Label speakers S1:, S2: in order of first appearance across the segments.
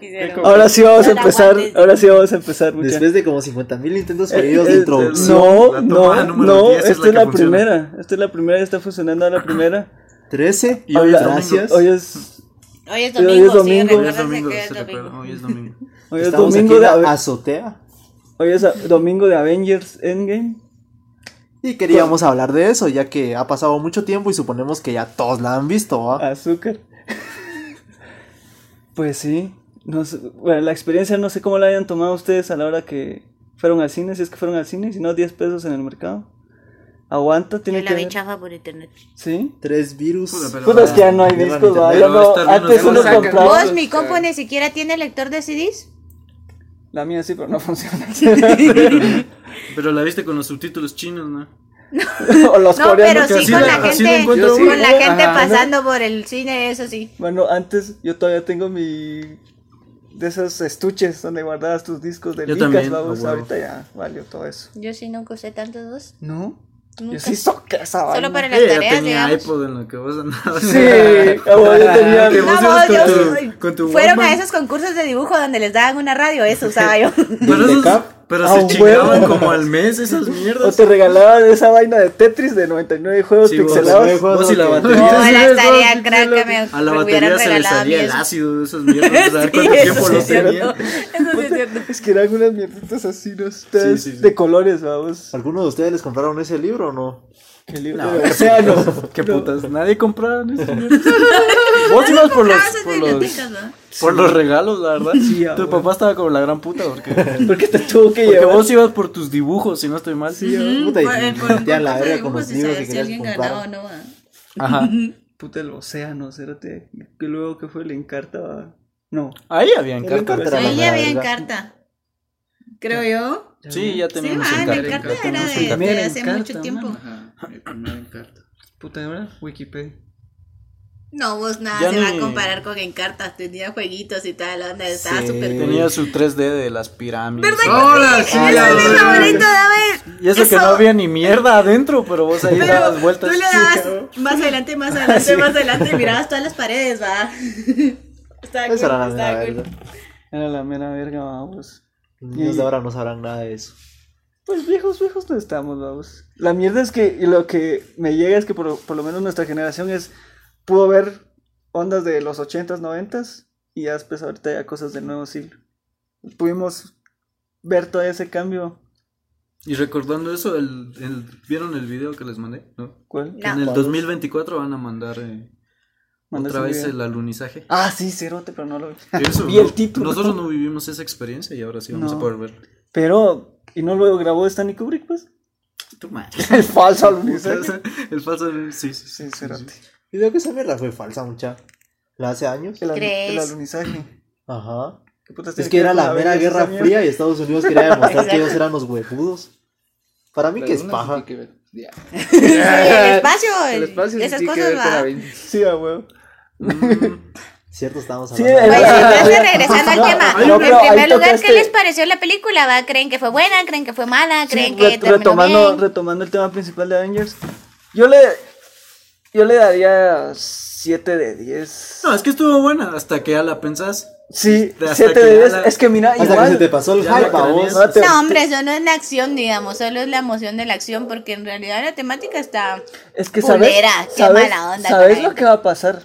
S1: Hicieron.
S2: Ahora sí vamos a
S3: No la
S2: empezar,
S3: aguantes.
S2: ahora sí vamos a empezar, muchachos.
S4: Después de como 50.000 intentos
S2: Eh,
S4: perdidos
S2: eh,
S4: de introducción.
S2: No,
S5: La
S2: no,
S5: tomada
S2: no,
S5: número 10 es la
S2: esta es
S5: que
S2: la
S5: funciona.
S2: primera, esta es la primera, está funcionando la primera.
S4: 13 y hoy
S2: Habla-
S4: es gracias.
S2: Hoy es,
S3: Hoy es
S2: Pero
S3: domingo,
S2: hoy es domingo.
S3: sí,
S5: Hoy es
S3: recuerda
S5: domingo,
S3: que es
S5: se recuerda,
S3: domingo.
S5: hoy es domingo.
S2: hoy es
S4: Estamos
S2: domingo
S4: aquí
S2: de,
S4: en la
S2: Ave-
S4: azotea.
S2: hoy es a- domingo de Avengers Endgame.
S4: Y queríamos hablar de eso, ya que ha pasado mucho tiempo y suponemos que ya todos la han visto,
S2: Ah.
S4: ¿va?
S2: Azúcar. Pues sí. No sé- bueno, la experiencia no sé cómo la hayan tomado ustedes a la hora que fueron al cine, si es que fueron al cine, si no, 10 pesos en el mercado. Aguanta,
S3: Yo
S2: tiene
S3: la
S2: que.
S3: vi
S2: ver.
S3: chafa por internet.
S2: ¿Sí?
S4: Tres virus.
S5: Puta, pero-
S2: Puta, es que ya no hay
S4: Llevan
S2: discos, ¿va?
S4: internet.
S2: Ya
S5: Pero
S2: no-
S5: esta vez
S2: antes
S5: no
S2: uno
S5: sacan.
S2: compraba.
S3: ¿Vos,
S2: los-
S3: mi compu, ni siquiera tiene lector de CDs?
S2: La mía sí, pero no funciona.
S5: Pero la viste con los subtítulos chinos, ¿no?
S2: o los
S3: No, pero
S2: coreanos.
S3: sí
S5: así
S3: con
S5: la-
S3: la
S5: así la
S3: gente,
S5: encuentro
S2: uno.
S3: con la gente
S2: Ajá, ¿no?
S3: pasando por el cine, eso sí.
S2: Bueno, antes yo todavía tengo mi. De esos estuches donde guardabas tus discos de
S5: Yo
S2: Licas,
S5: también,
S2: ¿va?
S5: a
S2: Pues
S5: huevo.
S2: Ahorita ya valió todo eso.
S3: Yo sí nunca usé tantos dos.
S2: ¿No?
S3: Nunca.
S2: Yo sí soca esa vaina.
S3: Solo para las
S5: Ella Eh, ya
S3: tareas,
S5: tenía
S3: digamos.
S5: iPod en lo que vos andabas.
S2: Sí, a huevo, yo tenía.
S5: Que
S3: No,
S5: vos
S3: vos,
S5: ibas Ah, con
S3: yo-
S5: tu- con tu
S3: Fueron a
S5: Walkman.
S3: esos concursos de dibujo donde les daban una radio, eso usaba yo. Oh,
S5: Pero,
S4: ¿Del
S5: esos-
S4: Decap?
S5: pero
S2: Ah,
S5: se
S2: huevo.
S5: chingaban como al mes esas
S2: O
S5: mierdas.
S2: te regalaban esa vaina de Tetris de 99 juegos
S5: Sí, vos,
S2: pixelados.
S4: juegos.
S5: vos y la
S4: No,
S5: batería.
S3: la
S5: Sí, ves,
S3: tarea
S5: vos,
S3: crack que me-
S5: A la
S3: me
S5: batería
S3: hubieran
S5: se le
S3: regalado
S5: salía
S3: a mí
S5: el
S3: eso.
S5: ácido de esas mierdas. A ver cuánto
S3: eso
S5: tiempo
S3: sí
S5: lo
S3: es cierto.
S5: tenía.
S3: Eso sí es cierto.
S2: Es que eran unas mierditas así, ¿no? Ustedes
S5: Sí, sí, sí.
S2: De colores, vamos.
S4: ¿Alguno de ustedes les compraron ese libro o no?
S2: Qué libro de océano.
S5: Qué
S2: No.
S5: putas, nadie compraba esas mierdas. Vos ibas por los, por los, por los regalos, la verdad.
S2: Sí, a
S5: tu
S2: huevo.
S5: papá estaba como la gran puta porque,
S2: Porque te tuvo que
S5: porque
S2: llevar.
S5: vos ibas por tus dibujos, si no estoy mal.
S4: Puta, y te metían la verga
S6: verga
S4: con los libros que
S6: si
S4: querías
S6: alguien ganaba o
S4: comprar.
S6: no. ah.
S5: Ajá.
S2: Puta el océano, cérate. Que luego que fue el Encarta. va. No.
S5: Ahí habían
S4: Era
S5: cartas.
S4: contra la
S6: Ahí ya había
S4: verga.
S6: encarta. Creo yo.
S5: Sí, ya
S6: Sí,
S5: teníamos
S6: ah, la
S5: encarta.
S6: encarta era
S2: teníamos
S6: de,
S2: Encarta.
S6: de hace
S2: Encarta,
S6: mucho tiempo.
S2: mano.
S1: Ajá, mi primera encarta.
S2: Puta, de verdad, Wikipedia.
S6: No, vos nada
S5: Ya
S6: se va
S5: ni-
S6: a comparar con encarta. Tenía jueguitos y tal, la onda estaba
S4: Sí.
S6: súper cool. Ah,
S5: Tenía su 3D de las pirámides.
S2: Ah,
S1: Ahora sí,
S6: Ese es mi
S1: ahora sí.
S6: favorito de haber.
S5: Y eso, que no
S6: Eso-
S5: había ni mierda adentro, pero vos ahí dabas
S6: Tú
S5: vueltas.
S6: le dabas más adelante, más adelante, más adelante. y Mirabas todas las paredes, va. Estaba
S4: Esa era la
S6: cool,
S4: mera
S6: estaba cool.
S4: verga.
S2: Era la mera verga, vamos.
S4: Los niños de ahora no sabrán nada de eso.
S2: Pues viejos, viejos no estamos, vamos. La mierda es que, y lo que me llega es que por, por lo menos nuestra generación es, pudo ver ondas de los 80s, 90s, y ya después ahorita ya cosas del nuevo siglo. Pudimos ver todo ese cambio.
S5: Y recordando eso, el, el- ¿vieron el video que les mandé? ¿No?
S2: ¿Cuál?
S5: Que en el 2024 van a mandar eh,
S2: Mandas
S5: otra
S2: un
S5: vez
S2: video.
S5: el alunizaje.
S2: Ah, sí, cerote, pero no lo vi.
S5: Eso,
S2: Vi
S5: ¿no?
S2: el título.
S5: Nosotros no vivimos esa experiencia y ahora sí vamos
S2: No.
S5: a poder ver.
S2: Pero, ¿y no lo grabó Stanley Kubrick, pues?
S5: Tu madre.
S2: El falso alunizaje.
S5: el falso alunizaje. Sí, sí, sí.
S2: Sí, cerote.
S4: Y digo que esa mierda fue falsa, mucha. ¿La hace años?
S2: El, al-
S3: ¿Crees?
S2: el alunizaje.
S4: Ajá.
S2: ¿Qué putas
S4: Es
S2: Pues tiene
S4: que era
S2: ver
S4: la
S2: con
S4: mera
S2: vida
S4: guerra
S2: esa mierda?
S4: fría y Estados Unidos quería demostrar que ellos eran los huevudos. Para mí
S1: La
S4: que es
S1: luna
S4: paja.
S1: sí tiene que ver- ya.
S3: Sí, el espacio,
S1: El espacio sí
S3: esas
S1: tiene que
S3: cosas,
S1: ver con
S3: va.
S1: la Venus.
S2: Sí, a huevo.
S5: Mm,
S4: Cierto, estábamos
S2: Sí,
S4: hablando. de-
S3: Pues,
S2: era-
S3: entonces, regresando al
S2: No,
S3: tema,
S2: no, pero
S3: en
S2: ahí
S3: primer lugar,
S2: tocaste-
S3: ¿qué les pareció la película? va? ¿Creen que fue buena? ¿Creen que fue mala?
S2: Sí,
S3: ¿Creen que
S2: re-
S3: terminó
S2: retomando,
S3: bien?
S2: retomando el tema principal de Avengers, yo le, yo le daría 7 de 10.
S5: No, es que estuvo buena hasta que ya la pensás.
S2: Sí,
S5: Hasta
S2: 7
S5: que
S2: de
S5: ya
S2: 10.
S5: la-
S2: Es que mira,
S4: Hasta
S2: igual.
S4: que se te pasó el
S5: Ya
S4: hype
S5: la
S4: a vos.
S5: craneas.
S2: te-
S3: No, hombre, eso no es la acción, digamos, solo es la emoción de la acción, porque en realidad la temática está...
S2: Es que sabes.
S3: Culera, qué
S2: sabes,
S3: mala onda
S2: sabes
S3: con
S2: lo
S3: él.
S2: que va a pasar.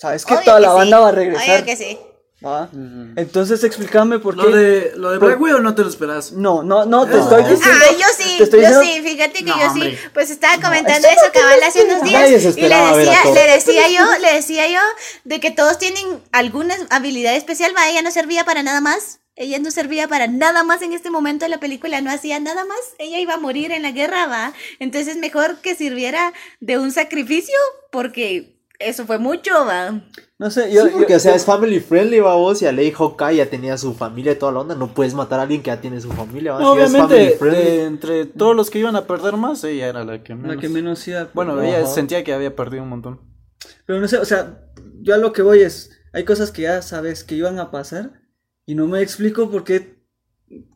S2: Sabes que
S3: Obvio
S2: toda la
S3: sí,
S2: banda va a regresar.
S3: Obvio que sí.
S2: ¿va? Entonces explícame por
S5: Lo
S2: qué.
S5: de, lo de Black Widow no te lo esperas.
S2: No, no, no, te estoy diciendo.
S3: Ah, yo sí,
S2: te estoy
S3: yo
S2: diciendo-
S3: sí, fíjate que
S5: No,
S3: yo
S5: hombre.
S3: sí, pues estaba comentando
S2: eso no
S3: eso
S2: te
S3: cabal
S2: lo
S3: hace unos
S4: esperaba.
S3: días
S4: Nadie se
S3: y le
S4: esperaba ver a
S3: decía,
S4: Thor.
S3: le decía yo, le decía yo de que todos tienen alguna habilidad especial, va, ella no servía para nada más. Ella no servía para nada más en este momento de la película, no hacía nada más. Ella iba a morir en la guerra, va. Entonces mejor que sirviera de un sacrificio porque eso fue mucho, va.
S2: No sé, yo.
S4: Sí, porque,
S2: yo-
S4: o sea, es family friendly, va vos. Y a Ley Hawkeye ya tenía su familia y toda la onda. No puedes matar a alguien que ya tiene su familia, va.
S5: No,
S4: Si ya Ah, es
S5: obviamente,
S4: family friendly.
S5: de
S2: eh,
S5: entre todos los que iban a perder más, ella era la que menos.
S2: la que menos iba.
S5: Bueno,
S4: Ajá.
S5: ella sentía que había perdido un montón.
S2: Pero no sé, o sea, yo a lo que voy es, hay cosas que ya sabes que iban a pasar y no me explico por qué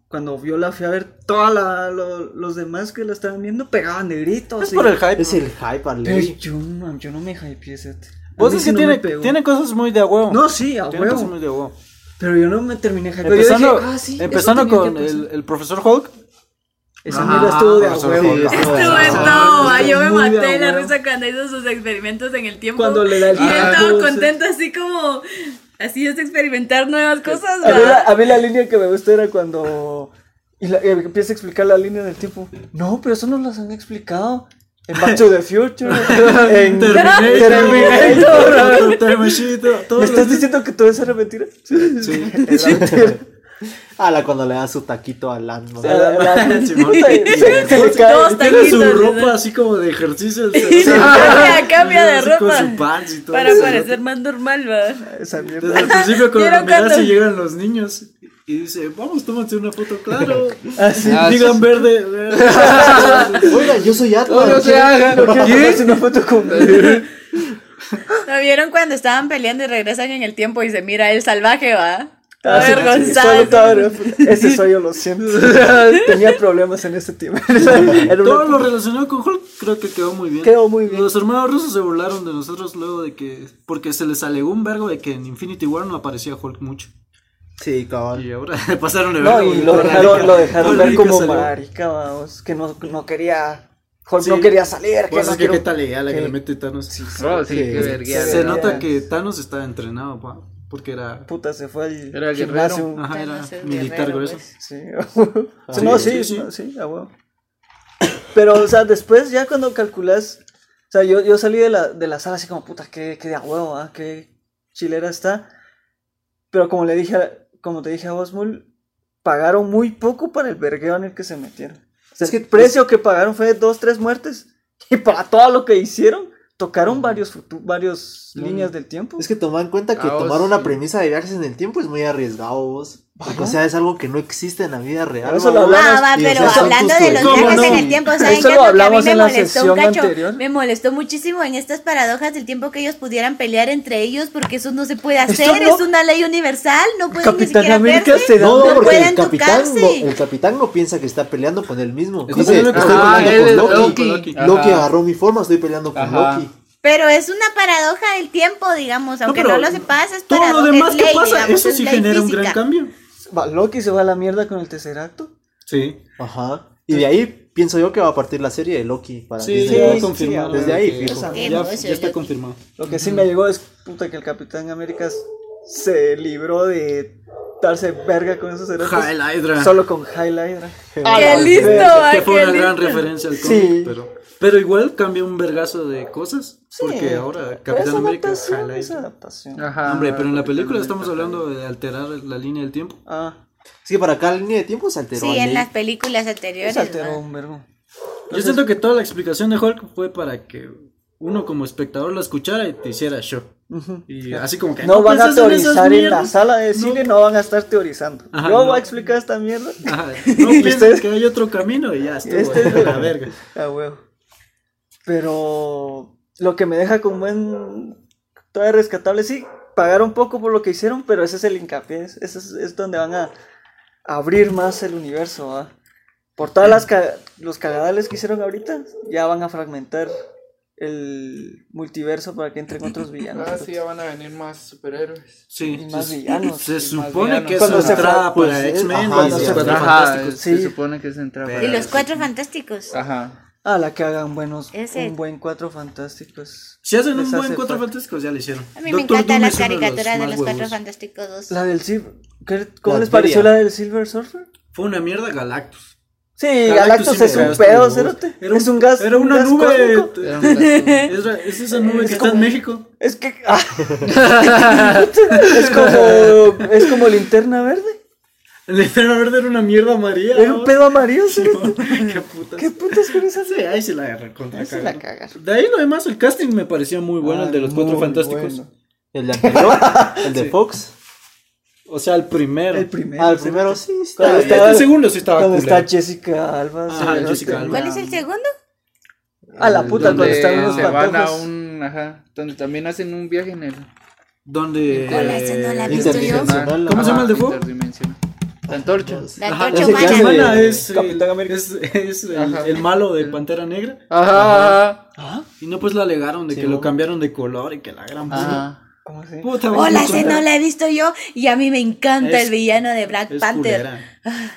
S2: cuando yo la fui a ver, todos los demás que la estaban viendo pegaban de gritos.
S5: Es
S2: y-
S5: por el hype.
S4: Es el hype a
S2: Pero
S4: Ley.
S2: yo, no- yo no me hypeé, Seth. A
S5: Vos Pues
S2: mí
S5: es
S2: sí
S5: que
S2: no me
S5: tiene,
S2: pegó.
S5: tiene cosas muy de a huevo.
S2: No, sí, a
S5: tiene cosas
S2: huevo.
S5: muy de a huevo.
S2: Pero yo no me terminé hackeando. Yo
S5: Empezando,
S2: dije, ah, sí, eso
S5: empezando
S2: tenía
S5: con
S2: que pasar.
S5: el, el profesor Hulk.
S2: Esa
S1: Ajá,
S2: mierda estuvo de a
S5: profesor
S2: huevo.
S5: Hulk.
S1: estuvo
S6: Estuvo
S1: de
S6: en
S1: huevo.
S6: todo,
S2: estuvo
S6: yo me
S2: muy de
S6: maté la
S2: huevo.
S6: risa cuando hizo sus experimentos en el tiempo.
S2: Cuando le da el
S6: Y yo estaba
S2: taco,
S6: contento así como, así es experimentar nuevas cosas,
S2: A mí, la,
S6: ¿va?
S2: a mí la línea que me gusta era cuando y la- y empieza a explicar la línea del tiempo. No, pero eso no las han explicado. En Back to the Future, en
S5: Terminator,
S2: Terminator.
S5: Terminator, todo
S2: ¿Me
S5: lo-
S2: estás diciendo que todo eso era mentira? Sí, sí.
S4: A la cuando le da su taquito al Lando.
S5: Simón.
S2: se, se le cae.
S6: Todos
S5: Tiene su
S6: taquitos,
S5: ropa
S6: ¿verdad?
S5: así como de ejercicio. el-
S6: Y se cambia, cambia de
S5: así Con su
S6: ropa.
S5: pants y todo.
S6: Para
S5: eso.
S6: parecer más normal, va.
S2: Esa mierda.
S5: Desde el principio cuando
S6: ¿Vieron
S5: lo miras
S6: cuando-
S5: y llegan los niños y dice, vamos, tómate una foto, claro.
S2: Así.
S1: Ah, sí,
S5: Digan
S1: sí.
S5: verde.
S4: Oiga, yo soy Atlas.
S1: No se hagan lo que
S2: ¿Qué?
S1: quieran.
S2: una foto con
S6: ¿No vieron cuando estaban peleando y regresan en el tiempo y se mira el salvaje, va?
S2: Ah, sí,
S6: Avergonzado.
S2: solo estaba avergonzado. Ese soy yo, lo siento. Tenía problemas en ese tiempo. Era
S5: Todo
S2: una-
S5: lo relacionado con Hulk creo que quedó muy bien.
S2: Quedó muy bien.
S5: Los hermanos rusos se burlaron de nosotros luego de que... Porque se les alegó un vergo de que en Infinity War no aparecía Hulk mucho.
S4: Sí, cabrón.
S5: Y ahora pasaron de
S2: No,
S5: vergo,
S2: y
S5: güey.
S2: lo
S5: Todo
S2: dejaron,
S5: marica-
S2: lo dejaron
S5: todo
S2: ver
S5: marica
S2: como
S5: salió.
S2: marica, vamos, que no, no quería, Hulk
S5: Sí.
S2: no quería salir, que
S5: Pues
S2: no
S5: es que
S2: quiero-
S5: qué tal idea la que
S2: que-
S5: le mete Thanos.
S1: Bro, sí,
S4: Sí.
S1: qué vergüenza.
S5: Se
S2: era-
S5: nota que Thanos estaba entrenado, pa, porque era,
S2: Puta, se fue al
S1: Era guerrero.
S2: gimnasio.
S5: ajá, era
S6: Thanos es
S5: militar
S6: guerrero,
S5: grueso.
S6: pues.
S2: Sí,
S4: Ah,
S2: Sí, no,
S5: sí,
S2: sí,
S5: sí.
S2: no, sí, a huevo. Pero, o sea, después ya cuando calculas, o sea, yo, yo salí de la, de la sala así como, puta, qué, qué de a huevo, ah, qué chilera está. Pero como le dije, a- como te dije a Osmul, pagaron muy poco para el vergueo en el que se metieron. O sea,
S4: Es que-
S2: el precio que pagaron fue de dos, tres muertes. Y para todo lo que hicieron, tocaron varios, futu- varios líneas del tiempo.
S4: Es que toma en cuenta que
S1: Ah, vos,
S4: tomar una
S1: sí.
S4: premisa de viajes en el tiempo es muy arriesgado, vos. Porque, o sea, es algo que no existe en la vida real.
S2: Eso lo
S4: babos.
S3: Ah,
S2: hablamos.
S3: va,
S4: Y
S3: pero
S4: esos son
S3: hablando
S4: tus
S3: de los
S5: ¿Cómo
S3: viajes
S5: no?
S3: en el tiempo, ¿saben
S2: Eso
S3: qué? es que
S2: lo
S3: a mí
S2: hablamos
S3: me
S2: en la
S3: molestó un
S2: sesión
S3: cacho?
S2: anterior.
S3: Me molestó muchísimo en estas paradojas del tiempo que ellos pudieran pelear entre ellos porque eso no se puede hacer,
S2: no-
S3: es una ley universal, no pueden ni
S2: Capitán
S3: siquiera
S2: América
S3: verse.
S2: se da
S4: No,
S3: no
S4: no, porque
S3: pueden
S4: el capitán, no,
S3: tocarse.
S4: el capitán no piensa que está peleando con él mismo.
S5: Está
S4: Dice,
S5: peleando
S4: estoy
S5: con-
S1: Ah, él
S4: peleando
S1: es
S4: con Loki.
S1: Loki.
S5: Loki.
S1: Ajá.
S4: Loki agarró mi forma, estoy peleando con
S1: Ajá.
S4: Loki.
S3: Pero es una paradoja del tiempo, digamos, aunque no,
S5: pero
S3: lo sepas, es
S5: Todo lo
S3: paradoja,
S5: demás
S3: es
S5: que
S3: ley,
S5: pasa,
S3: digamos,
S5: eso
S3: es
S5: sí
S3: ley
S5: genera un
S3: física.
S5: gran cambio.
S2: Va, Loki se va a la mierda con el Tesseracto.
S5: Sí.
S4: Ajá. Y de ahí pienso yo que va a partir la serie de Loki para
S5: Sí,
S4: Disney
S5: ya
S2: sí,
S4: Plus.
S5: confirmado.
S4: desde ahí, fijo.
S5: Ya-
S3: Qué
S5: ya,
S3: emoción,
S5: está
S3: yo-
S5: confirmado.
S2: Lo que sí me llegó es puta que el Capitán América s- se libró de darse verga con esos héroes.
S5: Hal Hydra.
S2: Solo con Highlighter.
S6: ¡Qué listo,
S3: ah,
S6: va!
S5: Ah, que fue
S6: qué
S5: una gran
S6: listo.
S5: referencia al
S2: Sí.
S5: cómic, pero, pero igual cambió un vergazo de cosas, porque ahora Capitán América
S2: es Ah. adaptación,
S5: Hal
S2: es
S5: Hydra.
S2: adaptación.
S1: Ajá.
S5: Hombre, pero en la película estamos hablando de alterar la línea del tiempo.
S2: Ah,
S4: Es que para cada línea de tiempo se alteró.
S3: Sí,
S4: a
S3: en
S4: Nate.
S3: las películas anteriores.
S2: es alteró
S3: ¿no?
S2: un vergo.
S5: Yo siento que toda la explicación de Hulk fue para que uno como espectador la escuchara y te hiciera show.
S2: Ujú.
S5: Y así como que
S2: No van a
S5: pues esas son esas
S2: teorizar en la
S5: mierdas".
S2: sala de
S5: No.
S2: cine, no van a estar teorizando.
S5: Ajá,
S2: Yo
S5: no.
S2: voy a explicar esta mierda.
S5: Ajá, no pienses que hay otro camino y ya estuvo
S2: Este
S5: de
S2: es de-
S5: la verga.
S2: A huevo. Pero lo que me deja con buen. Todavía rescatable, sí. Pagaron poco por lo que hicieron, pero ese es el hincapié. Ese es, es donde van a abrir más el universo. ¿va? Por todas las ca- los cagadales que hicieron ahorita, ya van a fragmentar el multiverso para que entren otros villanos.
S1: Ah, sí, ya van a venir más superhéroes.
S5: Sí,
S2: Y más
S5: se-
S2: villanos,
S5: Se
S1: y más
S5: supone
S1: villanos.
S5: que es
S2: Cuando
S5: una
S2: se fue-
S5: entrada
S4: pues,
S5: para
S4: es-
S5: X-Men,
S4: ajá,
S5: para los
S4: sí,
S5: cuatro
S4: ajá,
S5: fantásticos.
S2: sí.
S1: se
S2: Ah,
S1: supone que se entra.
S3: Y los cuatro fantásticos.
S1: Ajá.
S2: A la que hagan buenos,
S3: Ese-
S2: un buen cuatro fantásticos.
S5: Si hacen un
S2: Les
S5: buen
S2: hace
S5: cuatro
S2: falta.
S5: fantásticos, ya lo hicieron.
S3: A mí me
S5: Doctor
S3: encantan
S5: Doom
S3: las
S5: es uno de los
S3: caricaturas de
S5: más
S3: los
S5: huevos.
S3: Cuatro Fantásticos 2.
S2: La del Silver. ¿Cómo
S4: La
S2: les pareció
S4: Arteria.
S2: la del Silver Surfer?
S5: Fue una mierda Galactus.
S2: Sí,
S5: Galactus
S2: Galactus,
S5: sí me
S2: es un
S5: cagaste,
S2: pedo,
S5: huevos.
S2: cerote.
S5: Era un-
S2: es un gas.
S5: Era una
S2: un gas
S5: nube.
S2: cósmico.
S1: Era un
S5: Es, ra- es esa nube que está en México.
S2: Es que. ah. es como. Es como linterna verde.
S5: El Eterno Verde era una mierda María.
S2: Era un pedo amarillo, cerote.
S5: Qué putas.
S2: ¿Qué putas con esas?
S5: Sí, ahí se la recontra
S2: Ahí se la
S5: cagaron.
S2: cagaron. Ah,
S5: De ahí lo demás, el casting me parecía muy bueno, el de los cuatro
S2: Muy
S5: fantásticos.
S2: bueno.
S4: El de anterior, el de Fox.
S5: O sea, el primero.
S2: El primero.
S4: Ah, el
S2: sí.
S4: primero sí. está
S5: Ah, y
S2: Cuando
S4: bien.
S2: estaba-
S5: este segundo sí estaba
S2: Cuando
S5: culero.
S2: está Jessica Alba.
S5: Ajá,
S2: cerote.
S5: Jessica Alba.
S3: ¿Cuál es el segundo?
S2: A la puta, cuando
S1: Donde
S2: están unos
S1: se van a
S2: patojos.
S1: un. Ajá. Donde también hacen un viaje en el.
S5: Donde. Este,
S3: Hola, esa no la he visto yo.
S4: Interdimensional.
S5: ¿Cómo se llama el de Fo?
S1: Interdimensional. La antorcha.
S3: La
S5: Ajá,
S3: Antorcha
S4: ese que
S3: Humana.
S4: hace-
S5: Humana
S4: de
S5: es, el-
S2: Capitán América.
S5: es, es el,
S1: Ajá.
S5: el malo de Pantera Negra.
S1: Ajá.
S5: Y no, pues la alegaron de
S4: Sí,
S5: que lo
S4: ¿no?
S5: cambiaron de color y que la gran puta.
S1: Ajá.
S2: ¿Cómo así?
S5: Puta,
S3: Hola,
S5: me
S3: ese
S5: encanta.
S3: no la he visto yo y a mí me encanta
S5: Es-
S3: el villano de Black
S5: Es
S3: Panther.
S5: culera.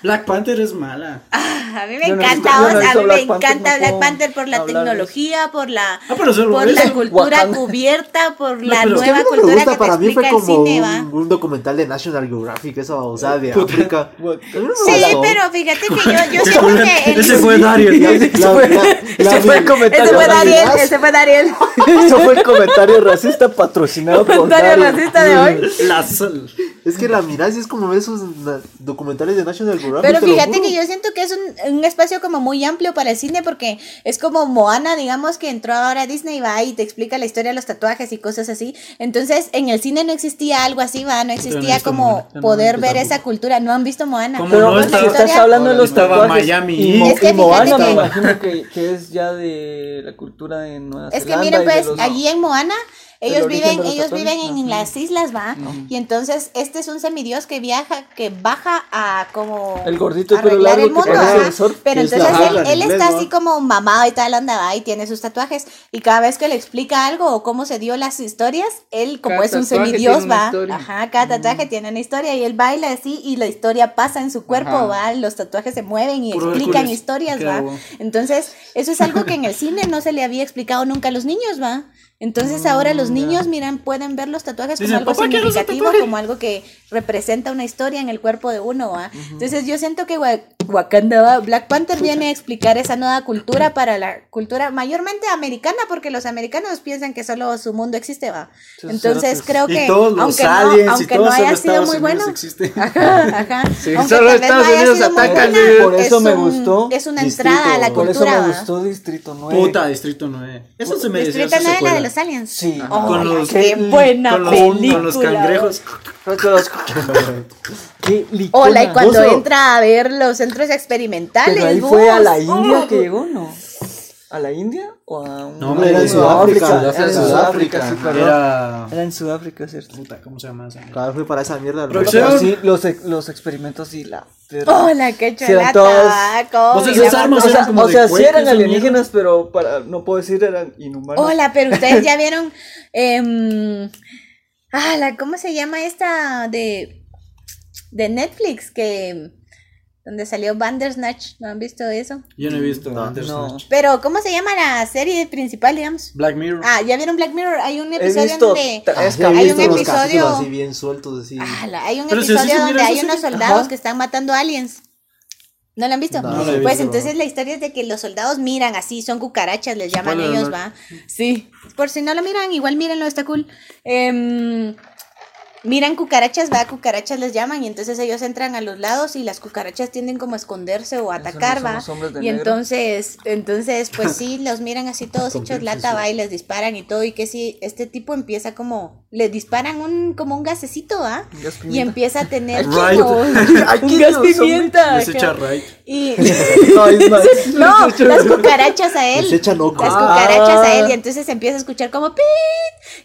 S5: Black Panther es mala.
S3: Ah, a mí me
S2: Yo no he
S3: encanta,
S2: visto- yo no he
S3: o sea, a
S2: visto
S3: mí me
S2: Black Panther,
S3: encanta
S2: no
S3: Black
S2: puedo
S3: Panther por la
S2: hablar de eso.
S3: tecnología, por la
S5: Ah, pero solo
S3: por
S5: eso.
S3: la cultura
S2: Wakanda.
S3: cubierta, por la
S5: pero es
S4: Es que a
S3: nueva
S4: mí no me
S3: cultura que
S4: gusta,
S3: te
S4: para mí fue
S3: explica el
S4: como
S3: cine, va.
S4: un, un documental de National Geographic, esa babosada de África. A
S2: What-
S4: mí no me
S3: Sí,
S4: gustó.
S3: pero fíjate que yo, yo siento que el-
S5: Ese fue Darius.
S4: La-
S5: ¿no?
S4: la- la- la-
S2: Ese fue el comentario
S3: Ese fue Dariel,
S2: racista.
S3: ese fue Dariel.
S2: Eso fue el comentario racista patrocinado por
S3: Comentario
S2: Dario.
S3: racista de hoy.
S5: La sol.
S4: Es que la mirás y es como esos na- documentales de National Geographic.
S3: Pero
S4: te lo
S3: fíjate
S4: juro.
S3: que yo siento que es un, un espacio como muy amplio para el cine porque es como Moana, digamos, que entró ahora a Disney va y te explica la historia de los tatuajes y cosas así. Entonces, en el cine no existía algo así, va, no
S5: he
S3: existía
S5: visto
S3: como
S5: Moana. Yo no he
S3: poder
S5: visto
S3: ver esa cultura. No han visto Moana.
S5: ¿Cómo
S2: Pero
S5: no?
S3: Pues la
S5: Estaba-
S2: estás
S3: historia-
S2: hablando de
S5: Ahora
S2: los
S5: estaba
S2: tatuajes.
S5: Miami.
S2: Y,
S5: Es
S2: Mo-
S3: que
S2: y
S3: fíjate
S2: Moana
S3: que-
S2: me imagino que, que es ya de la cultura de Nueva
S3: Es que
S2: Zelanda
S3: miren,
S2: y de
S3: pues,
S2: los-
S3: allí en Moana, ellos
S2: El origen
S3: viven,
S2: de los
S3: ellos
S2: tatuajes,
S3: viven en
S2: ajá.
S3: las islas, ¿va? Y entonces, este es un semidios que viaja, que baja a como
S2: El gordito de pelo
S3: arreglar
S2: largo
S3: el
S2: que
S3: mundo,
S2: parece
S3: ajá.
S2: de surf,
S3: Pero
S2: que es
S3: entonces
S5: la
S3: él,
S5: habla en
S3: él
S5: inglés,
S3: está
S5: ¿no?
S3: así como mamado y tal la onda, va, y tiene sus tatuajes. Y cada vez que le explica algo o cómo se dio las historias, él, como
S1: Cada
S3: es un
S1: tatuaje
S3: semidios,
S1: tiene una
S3: va,
S1: historia.
S3: ajá, cada tatuaje tiene una historia y él baila así y la historia pasa en su cuerpo,
S1: Ajá.
S3: va, los tatuajes se mueven y
S5: Puro
S3: explican
S5: Hércules.
S3: historias,
S5: Qué
S3: va.
S5: guapo.
S3: Entonces, eso es algo que en el cine no se le había explicado nunca a los niños, ¿va? Entonces ahora los niños, miran, pueden ver los tatuajes como
S5: Dicen,
S3: algo
S5: Mm, "Papá, quiero ese
S3: significativo,
S5: tatuaje".
S3: como algo que representa una historia en el cuerpo de uno, ¿va? Entonces yo siento que Wa- Wakanda, ¿va? Black Panther viene a explicar esa nueva cultura para la cultura mayormente americana, porque los americanos piensan que solo su mundo existe, ¿va?
S2: Sí,
S3: Entonces
S2: cerotes.
S3: creo que,
S5: Y todos los
S3: aunque no,
S5: aliens y
S3: aunque
S5: todos
S3: no
S5: en
S3: haya
S5: los
S3: sido
S5: Estados
S3: muy
S5: Unidos
S3: bueno,
S5: existen.
S3: Ajá, ajá.
S1: Sí,
S3: Aunque tal
S1: solo
S3: vez
S1: Estados
S3: haya
S1: Unidos
S3: sido muy
S1: ataca,
S3: buena,
S1: sí.
S2: Por eso
S3: es
S2: me
S3: un-
S2: gustó
S3: Es una
S4: Distrito,
S3: entrada a la
S2: Por eso
S3: cultura.
S2: me
S3: ¿va?
S2: gustó Distrito 9.
S5: Puta, Distrito 9. Eso se merecía
S3: Distrito
S5: su
S3: 9, la
S5: secuela.
S3: de los aliens.
S2: Sí.
S5: Ajá. Con los-
S3: qué
S2: qué
S3: buena
S5: Con los,
S3: película.
S5: con los cangrejos.
S2: Qué licona.
S3: Hola, y cuando
S4: Gozo.
S3: entra a ver los centros experimentales.
S2: Pero ahí fue a la
S3: vos.
S2: India que
S3: Oh.
S2: llegó, ¿no? ¿A la India o a un...
S5: No, era en
S4: Sudáfrica,
S2: Era en Sudáfrica, sí, perdón.
S5: Era.
S2: Era en Sudáfrica, ¿cierto?
S5: Puta, ¿cómo se llama esa?
S4: Claro, fue para esa mierda.
S5: Pero
S4: ¿no?
S5: sí,
S2: Pero sí, los, ex- los experimentos y la...
S3: Hola, qué
S2: Sí,
S3: cholata.
S2: todos-
S3: va, cómo
S5: Vos
S3: me
S5: esas
S3: llama-
S2: O
S5: armas
S2: sea,
S5: Pues eran como
S2: o
S5: de
S2: sea, sí
S5: cueca,
S2: eran
S5: esa
S2: alienígenas, pero para no puedo decir eran inhumanos.
S3: Hola, pero ustedes ya vieron. em, ah, la, ¿cómo se llama esta de, de Netflix? Que donde salió Bandersnatch, ¿no han visto eso?
S5: Yo no he visto
S4: No,
S5: Bandersnatch.
S3: Pero, ¿cómo se llama la serie principal, digamos?
S5: Black Mirror.
S3: Ah, ¿ya vieron Black Mirror? Hay un
S2: He
S3: episodio
S2: visto
S3: donde...
S2: tres
S4: Ah,
S3: hay
S4: he
S3: un
S2: capítulos.
S4: visto los
S3: episodio-
S4: capítulos así bien sueltos, así.
S3: Ala, Ah, hay un
S5: Pero si
S3: episodio
S5: así se
S3: donde
S5: mira,
S3: hay
S5: eso
S3: unos
S5: sí.
S3: soldados
S2: Ajá.
S3: que están matando aliens. ¿No lo han visto?
S4: No, no lo he
S3: pues
S4: visto,
S3: entonces
S4: no.
S3: la historia es de que los soldados miran así, son cucarachas, les llaman
S5: Spoiler
S3: ellos, ¿va?
S5: alert.
S3: Sí. Por si no lo miran, igual mírenlo, está cool. Em, miran cucarachas, va, cucarachas les llaman y entonces ellos entran a los lados y las cucarachas tienden como a esconderse o a
S2: Esos no
S3: atacar,
S2: son
S3: va.
S2: los hombres de
S3: Y
S2: negro.
S3: entonces, entonces, pues sí, los miran así todos hechos lata, va, y les disparan y todo, y que si este tipo empieza como, les disparan un, como un gasecito, va,
S2: Un gas
S3: y
S2: pimienta.
S3: empieza a tener
S5: Right.
S3: como un gas pimienta.
S5: Les
S3: que-
S5: echa right.
S3: y
S2: No, es más.
S3: em- no, las cucarachas a él.
S4: Les echan oco.
S2: Ah.
S3: Las cucarachas a él y entonces empieza a escuchar como pit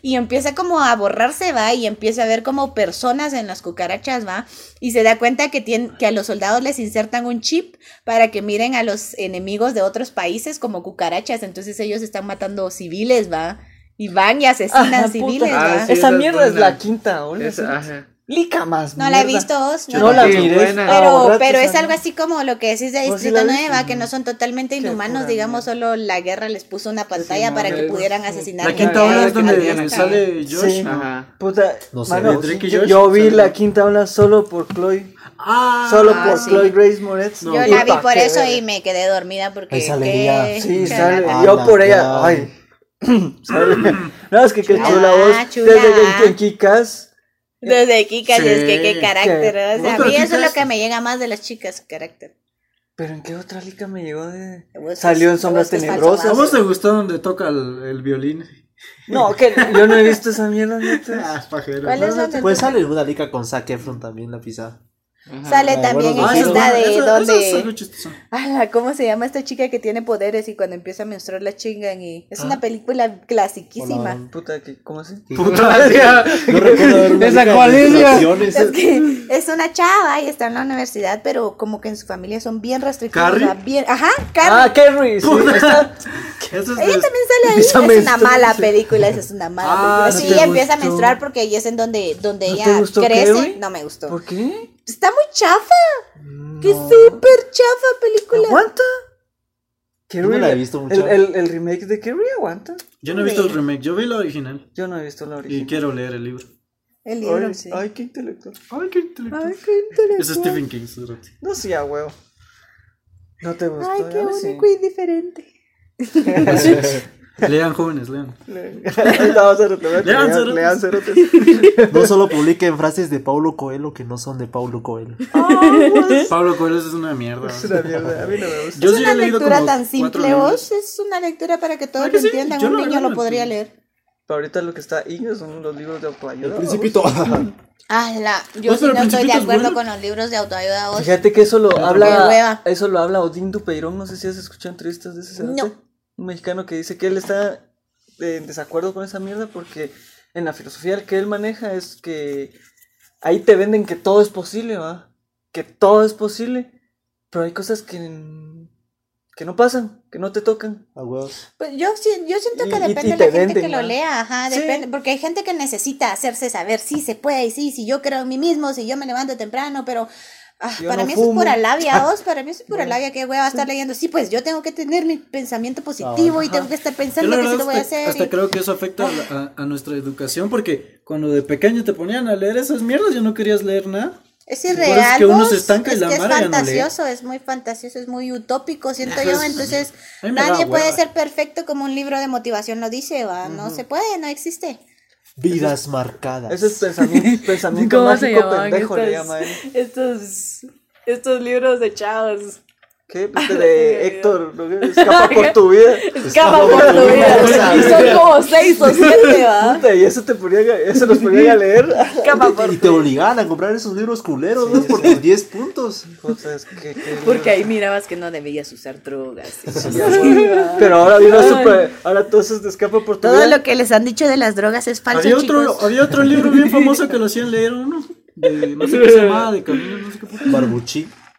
S3: y empieza como a borrarse, va, y empieza a ver como personas en las cucarachas, va, y se da cuenta que tienen que a los soldados les insertan un chip para que miren a los enemigos de otros países como cucarachas, entonces ellos están matando civiles, va, y van y asesinan
S2: Ajá,
S3: civiles,
S2: puta.
S3: va.
S1: Ah,
S2: Esa
S1: sí, esa es
S2: mierda es
S1: buena.
S2: la quinta, ola.
S1: Esa, ajá.
S2: Lica más.
S3: No la he
S2: mierda.
S3: visto vos,
S2: Yo
S3: no.
S2: no la
S1: Sí,
S2: miré.
S1: buena.
S2: Ah,
S3: Pero,
S2: borracho,
S3: pero es
S2: esa
S3: algo
S2: no.
S3: así como lo que decís de
S2: Pues sí
S3: Distrito
S2: la vi,
S3: 9,
S2: sí.
S3: que no son totalmente
S2: Qué
S3: inhumanos,
S2: pura
S3: digamos,
S2: mierda.
S3: solo la guerra les puso una pantalla
S1: no,
S3: para que
S1: es-
S3: pudieran
S1: sí.
S3: asesinar.
S5: La
S3: gente
S5: quinta
S3: ahí,
S5: ola es
S3: que
S5: donde
S1: Ajá.
S5: sale Josh.
S2: Sí.
S1: Ajá.
S2: Puta,
S4: No sé,
S2: mano,
S4: de
S5: Drake y
S2: yo,
S5: Josh,
S2: yo vi
S5: sale.
S2: la quinta ola solo por Chloe.
S5: Ah,
S2: Solo
S3: Ah,
S2: por
S3: sí.
S2: Chloe Grace Moretz.
S5: Yo
S3: Yo
S5: No,
S3: la vi
S2: Puta,
S3: por
S2: qué
S3: eso y
S2: verga.
S3: me quedé dormida porque.
S4: Esa alegría.
S3: qué
S2: Sí,
S3: chulada.
S2: sale.
S4: Ah,
S2: Yo
S4: la
S2: por ella.
S4: gran.
S2: Ay. sale. No, es que qué
S3: Chula,
S2: chula voz.
S3: Ah, chula.
S2: Desde que en Kikas.
S3: Desde Kika,
S5: Sí.
S3: es que qué carácter.
S2: Qué-
S3: O sea, a
S5: Pero
S3: mí eso es
S5: Kika
S3: lo
S5: es-
S3: que me llega más de las chicas, su carácter.
S2: Pero en qué otra lica me llegó de.
S3: Vos sos-
S2: Salió en
S3: vos
S2: Sombras
S3: sos falso,
S2: Tenebrosas.
S5: ¿A
S3: vos.
S5: vos te gustó donde toca el, el violín?
S2: No, que yo no he visto esa mierda, neta.
S5: Ah, pajero.
S3: ¿Cuál es la
S4: Pues sale una lica con Zac Efron también la pisada.
S3: Sale
S4: Ah,
S3: también
S4: bueno,
S3: en
S5: eso es
S3: esta
S5: bueno,
S3: de
S5: eso- eso
S3: donde.
S5: es algo chistoso.
S3: Ala, ¿Cómo se llama esta chica que tiene poderes y cuando empieza a menstruar la chingan? Y es una película clasiquísima.
S2: Puta, que, ¿cómo así?
S4: Yo recuerdo haber una
S1: Esa
S4: liga de
S1: coalicia.
S4: ilustraciones.
S5: eh.
S3: Es que es una chava y está en la universidad, pero como que en su familia son bien restrictivos.
S5: ¿Carrie?
S3: o sea, bien... Ajá, Carrie.
S2: Ah, Kerry. Sí, está-
S5: Eso es
S3: Ella también
S5: de-
S3: sale ahí.
S2: Esa
S3: Es una
S2: menstrua-
S3: mala película, esa es una mala película.
S5: Ah, ¿no
S3: Sí,
S5: te
S3: ella empieza a
S5: gustó?
S3: menstruar porque ella es en donde, donde
S2: ¿No te
S3: ella
S2: gustó
S3: crece.
S2: Carrie?
S3: No me gustó.
S2: ¿Por qué?
S3: Está muy chafa. Qué súper chafa película.
S2: ¿Aguanta?
S4: Yo no la he visto mucho.
S2: El, el- el remake de Kerry aguanta.
S5: Yo no he visto el remake, yo vi la original.
S2: Yo no he visto la
S5: Y
S2: original.
S5: quiero leer el libro.
S3: El libro,
S2: Ay,
S3: sí.
S2: ay, qué intelectual.
S5: Ay, qué intelectual.
S3: Ay, qué interesante.
S5: Es Stephen King, espérate.
S2: No sí, a huevo. No te
S5: pues,
S2: gustó.
S3: Ay,
S2: a
S3: qué
S2: mí sí.
S3: único y diferente.
S5: Lean, jóvenes, lean.
S2: Ahorita vamos a
S5: Lean
S2: retomar. Lean-
S5: cerotes.
S2: Lean cerotes.
S4: No solo publiquen frases de Paulo Coelho que no son de Paulo Coelho.
S5: Pablo Coelho es una mierda.
S2: Es una mierda. A mí no me gusta.
S5: Yo
S3: es
S5: sí
S3: una
S5: he leído
S3: lectura
S5: como
S3: tan
S5: cuatro
S3: simple,
S5: libros.
S3: vos. Es una lectura para que todos
S5: ¿Verdad
S3: lo
S5: que sí?
S3: entiendan.
S5: Yo
S3: Un
S5: la
S3: niño
S5: verdad
S3: lo
S5: no
S3: podría
S5: entiendo.
S3: leer.
S2: Pero ahorita lo que está in son los libros de autoayuda.
S4: El
S2: ¿no?
S4: principito.
S3: Ah, la, yo
S5: Vos,
S3: sí no estoy de
S5: pero Principito es
S3: acuerdo
S5: bueno.
S3: con los libros de autoayuda. vos.
S2: Fíjate que eso lo
S3: Qué hueva.
S2: habla. Eso lo habla Odín Dupeirón. No sé si has escuchado entrevistas de ese cerote.
S3: No.
S2: Un mexicano que dice que él está en desacuerdo con esa mierda porque en la filosofía que él maneja es que ahí te venden que todo es posible, ¿va? Que todo es posible. Pero hay cosas que, que no pasan, que no te tocan.
S4: A huevos.
S3: Pues yo, sí- yo siento que
S2: Y- y- y
S3: depende de la
S2: te
S3: gente
S2: venden,
S3: que lo
S2: ¿no?
S3: lea, ajá,
S2: Sí.
S3: depende, porque hay gente que necesita hacerse saber si se puede y sí, si yo creo en mí mismo, si yo me levanto temprano, pero ah,
S2: Yo
S3: para
S2: no
S3: mí eso es
S2: fumo.
S3: pura labia, vos, para mí eso es pura labia que voy a estar leyendo, sí, pues yo tengo que tener mi pensamiento positivo y tengo que estar
S5: Yo
S3: pensando
S5: la
S3: que sí
S5: verdad
S3: lo voy a
S5: hasta,
S3: hacer.
S5: hasta
S3: y-
S5: creo que eso afecta a, la- a- a nuestra educación porque cuando de pequeño te ponían a leer esas mierdas yo no querías leer nada.
S3: Es
S5: Por eso
S3: irreal.
S5: es que uno
S3: vos,
S5: se estanca y
S3: es
S5: la
S3: que es
S5: madre ya no lee.
S3: fantasioso, es muy fantasioso, es muy utópico, siento yo.
S5: Ajá,
S3: Entonces,
S5: a mí me da
S3: nadie
S5: hueva.
S3: puede ser perfecto como un libro de motivación lo dice, va. No se puede, no existe.
S4: Vidas marcadas.
S2: Ese es pensamiento, pensamiento
S6: ¿Cómo se
S2: mágico
S6: llamaban
S2: pendejo, le
S6: estas?
S2: llama él.
S6: Estos, estos libros de chavos.
S2: ¿Qué?
S6: la
S2: De
S6: verga.
S2: Héctor, ¿no? escapa por tu vida.
S6: Escapa por tu vida. Y son como seis o siete, ¿va?
S2: Puta, y eso te ponía, eso los ponía a leer.
S6: Escapa por
S4: y te
S6: tu vida.
S4: obligaban a comprar esos libros culeros, ¿no? Por tus 10 puntos.
S2: Puta, es que- que-
S6: Porque ahí mirabas que no debías usar drogas.
S2: Ya, güey. Pero ahora vino super, ahora todo eso te escapa por tu
S3: Todo
S2: vida.
S3: lo que les han dicho de las drogas es falso,
S5: Había
S3: chicos.
S5: otro, había otro libro bien famoso que lo hacían leer a uno. De, no sé qué se llamaba, de camino, no sé qué puta.
S4: Barbuchi.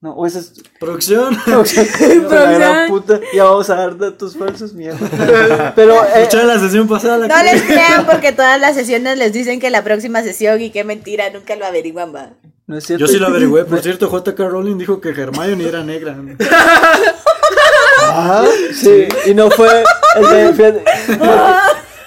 S2: No, o ese es.
S5: Producción.
S2: la gran puta. Ya vamos a dar datos falsos, mierda. Pero. eh,
S5: Escuchaba la sesión pasada. La
S3: No les crean porque todas las sesiones les dicen que la próxima sesión y qué mentira, nunca lo averiguan, va.
S2: no es cierto.
S5: Yo sí lo averigüé, por cierto, JK Rowling dijo que Hermione era negra.
S4: Ah,
S2: Sí, y no fue el, de- fíjate,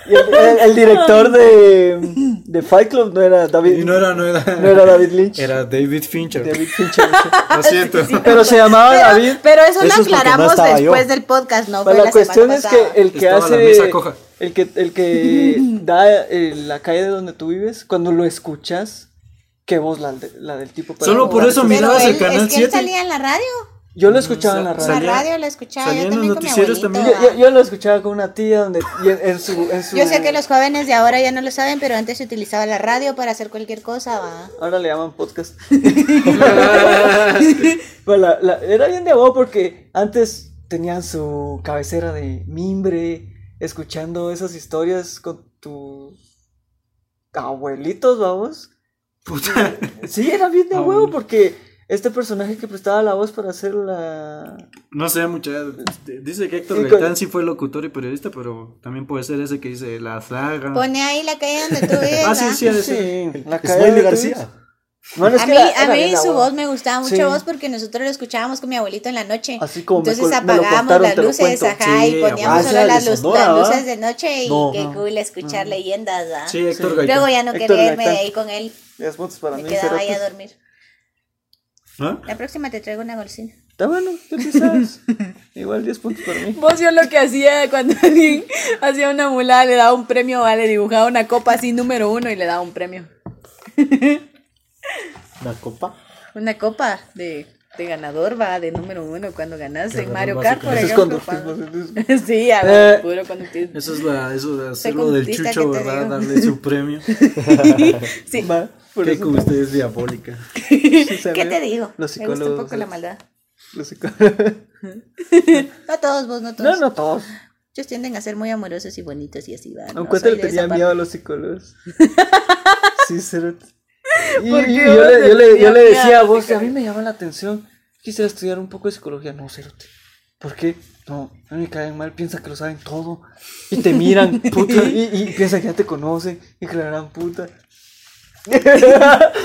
S2: y el- el- el director de, de Fight Club no era David
S5: Y no era, no era.
S2: no era David Lynch
S5: Era David Fincher.
S2: David Fincher, sí.
S3: Ah,
S5: Lo siento.
S2: pero se llamaba Ah, David
S3: Pero eso,
S4: Eso es
S3: lo
S4: porque no
S3: aclaramos
S4: estaba
S3: después
S4: yo.
S3: del podcast, ¿no?
S2: Pero
S3: Fue
S2: la
S3: semana
S2: cuestión es que
S3: pasada.
S2: el que
S5: Estaba la
S2: hace
S5: mesa coja.
S2: el que el que da eh, la calle de donde tú vives cuando lo escuchas que voz la, de- la del tipo para
S5: Solo por
S2: contar.
S5: eso
S3: Pero
S5: mirabas
S3: él-
S5: el canal
S3: es que él
S5: 7.
S3: salía en la radio.
S2: yo lo escuchaba en la
S3: En
S2: radio
S3: la
S5: Salía-
S3: radio lo escuchaba
S5: salía
S3: yo
S5: en
S3: también
S5: los
S3: con mi
S5: noticieros
S3: abuelito.
S5: también.
S2: yo, yo- yo lo escuchaba con una tía donde y en, en su en su
S3: Yo sé que los jóvenes de ahora ya no lo saben, pero antes se utilizaba la radio para hacer cualquier cosa, va.
S2: Ahora le llaman podcast. Pero la- la- era bien de huevo porque antes tenían su cabecera de mimbre, escuchando esas historias con tus abuelitos, vamos.
S5: Puta.
S2: Sí, era bien de huevo
S5: Abuelo.
S2: porque este personaje que prestaba la voz para hacer la...
S5: No sé, muchachos. Dice que Héctor
S2: Sí,
S5: Gaitán
S2: con-
S5: sí fue locutor y periodista, pero también puede ser ese que dice la saga.
S3: Pone ahí la calle donde tú vives.
S5: Ah, sí,
S3: ¿va?
S5: sí, ha de ser.
S2: Sí, la calle
S4: Smiley
S2: de-
S4: García.
S2: Bueno, es
S3: a
S2: que
S3: mí,
S2: era-
S3: a
S2: era
S3: mí
S2: bien la
S3: su voz me gustaba mucho
S2: Sí.
S3: voz porque nosotros lo escuchábamos con mi abuelito en la noche.
S2: Así como me
S3: Entonces
S2: col- me lo
S3: apagábamos
S2: contaron,
S3: las
S2: te lo
S3: luces,
S2: cuento.
S3: ajá,
S5: Sí,
S3: y poníamos
S4: ah,
S3: solo
S4: esa
S3: las,
S4: de
S3: luz-
S4: Sonora,
S3: las
S4: ¿va?
S3: luces de noche y
S4: No.
S3: qué
S4: No.
S3: cool escuchar leyendas, ¿va?
S5: Sí, Héctor
S3: Luego
S5: Gaitán.
S3: ya no
S2: Ah. Héctor
S3: quería irme de
S2: Gaitán.
S3: ahí con él.
S2: Las votos pues, para
S3: Me
S2: mí,
S3: quedaba ahí
S2: cerotes.
S3: a dormir.
S5: ¿Ah?
S3: La próxima te traigo una golosina.
S2: Está bueno, ¿qué pisas? Igual 10 puntos para mí.
S6: Vos yo lo que hacía cuando alguien hacía una mulada, le daba un premio, ¿va? le dibujaba una copa así número uno y le daba un premio.
S4: ¿Una copa?
S6: Una copa de, de ganador, va, de número uno cuando ganas en
S4: Claro,
S6: Mario
S4: no,
S6: Kart, por
S2: Eso es
S6: ejemplo.
S2: cuando pues,
S6: pa. sí, a
S2: Eh.
S6: ver, puro cuando te-
S5: Eso es la, eso de hacerlo del
S6: Secundista
S5: chucho,
S6: que te
S5: ¿verdad?
S6: digo.
S5: Darle su premio.
S6: Sí.
S2: va, por
S5: que
S2: eso
S5: con usted es diabólica.
S2: sí se
S3: ¿Qué
S2: ve.
S3: te digo?
S2: Los
S3: Me gusta un
S2: psicólogos, eh,
S3: poco la maldad.
S2: los psicólogos.
S3: No todos vos, no todos.
S2: No, no todos.
S3: Ellos tienden a ser muy amorosos y bonitos y así van.
S2: A un
S3: No
S2: cuate
S3: soy
S2: le
S3: de esa
S2: tenía
S3: parte.
S2: miedo a los psicólogos. sí, cerote. Y,
S6: ¿Por qué
S2: y
S6: vos
S2: yo,
S6: le
S2: le, yo, le, yo
S6: tenías
S2: le
S6: miedo a
S2: decía a
S6: los
S2: vos, a mí
S6: psicólogos?
S2: me llama la atención, quisiera estudiar un poco de psicología. No, cerote. ¿Por qué? No, a mí me caen mal, piensa que lo saben todo. Y te miran, puta, y, y piensan que ya te conocen, y que la gran puta.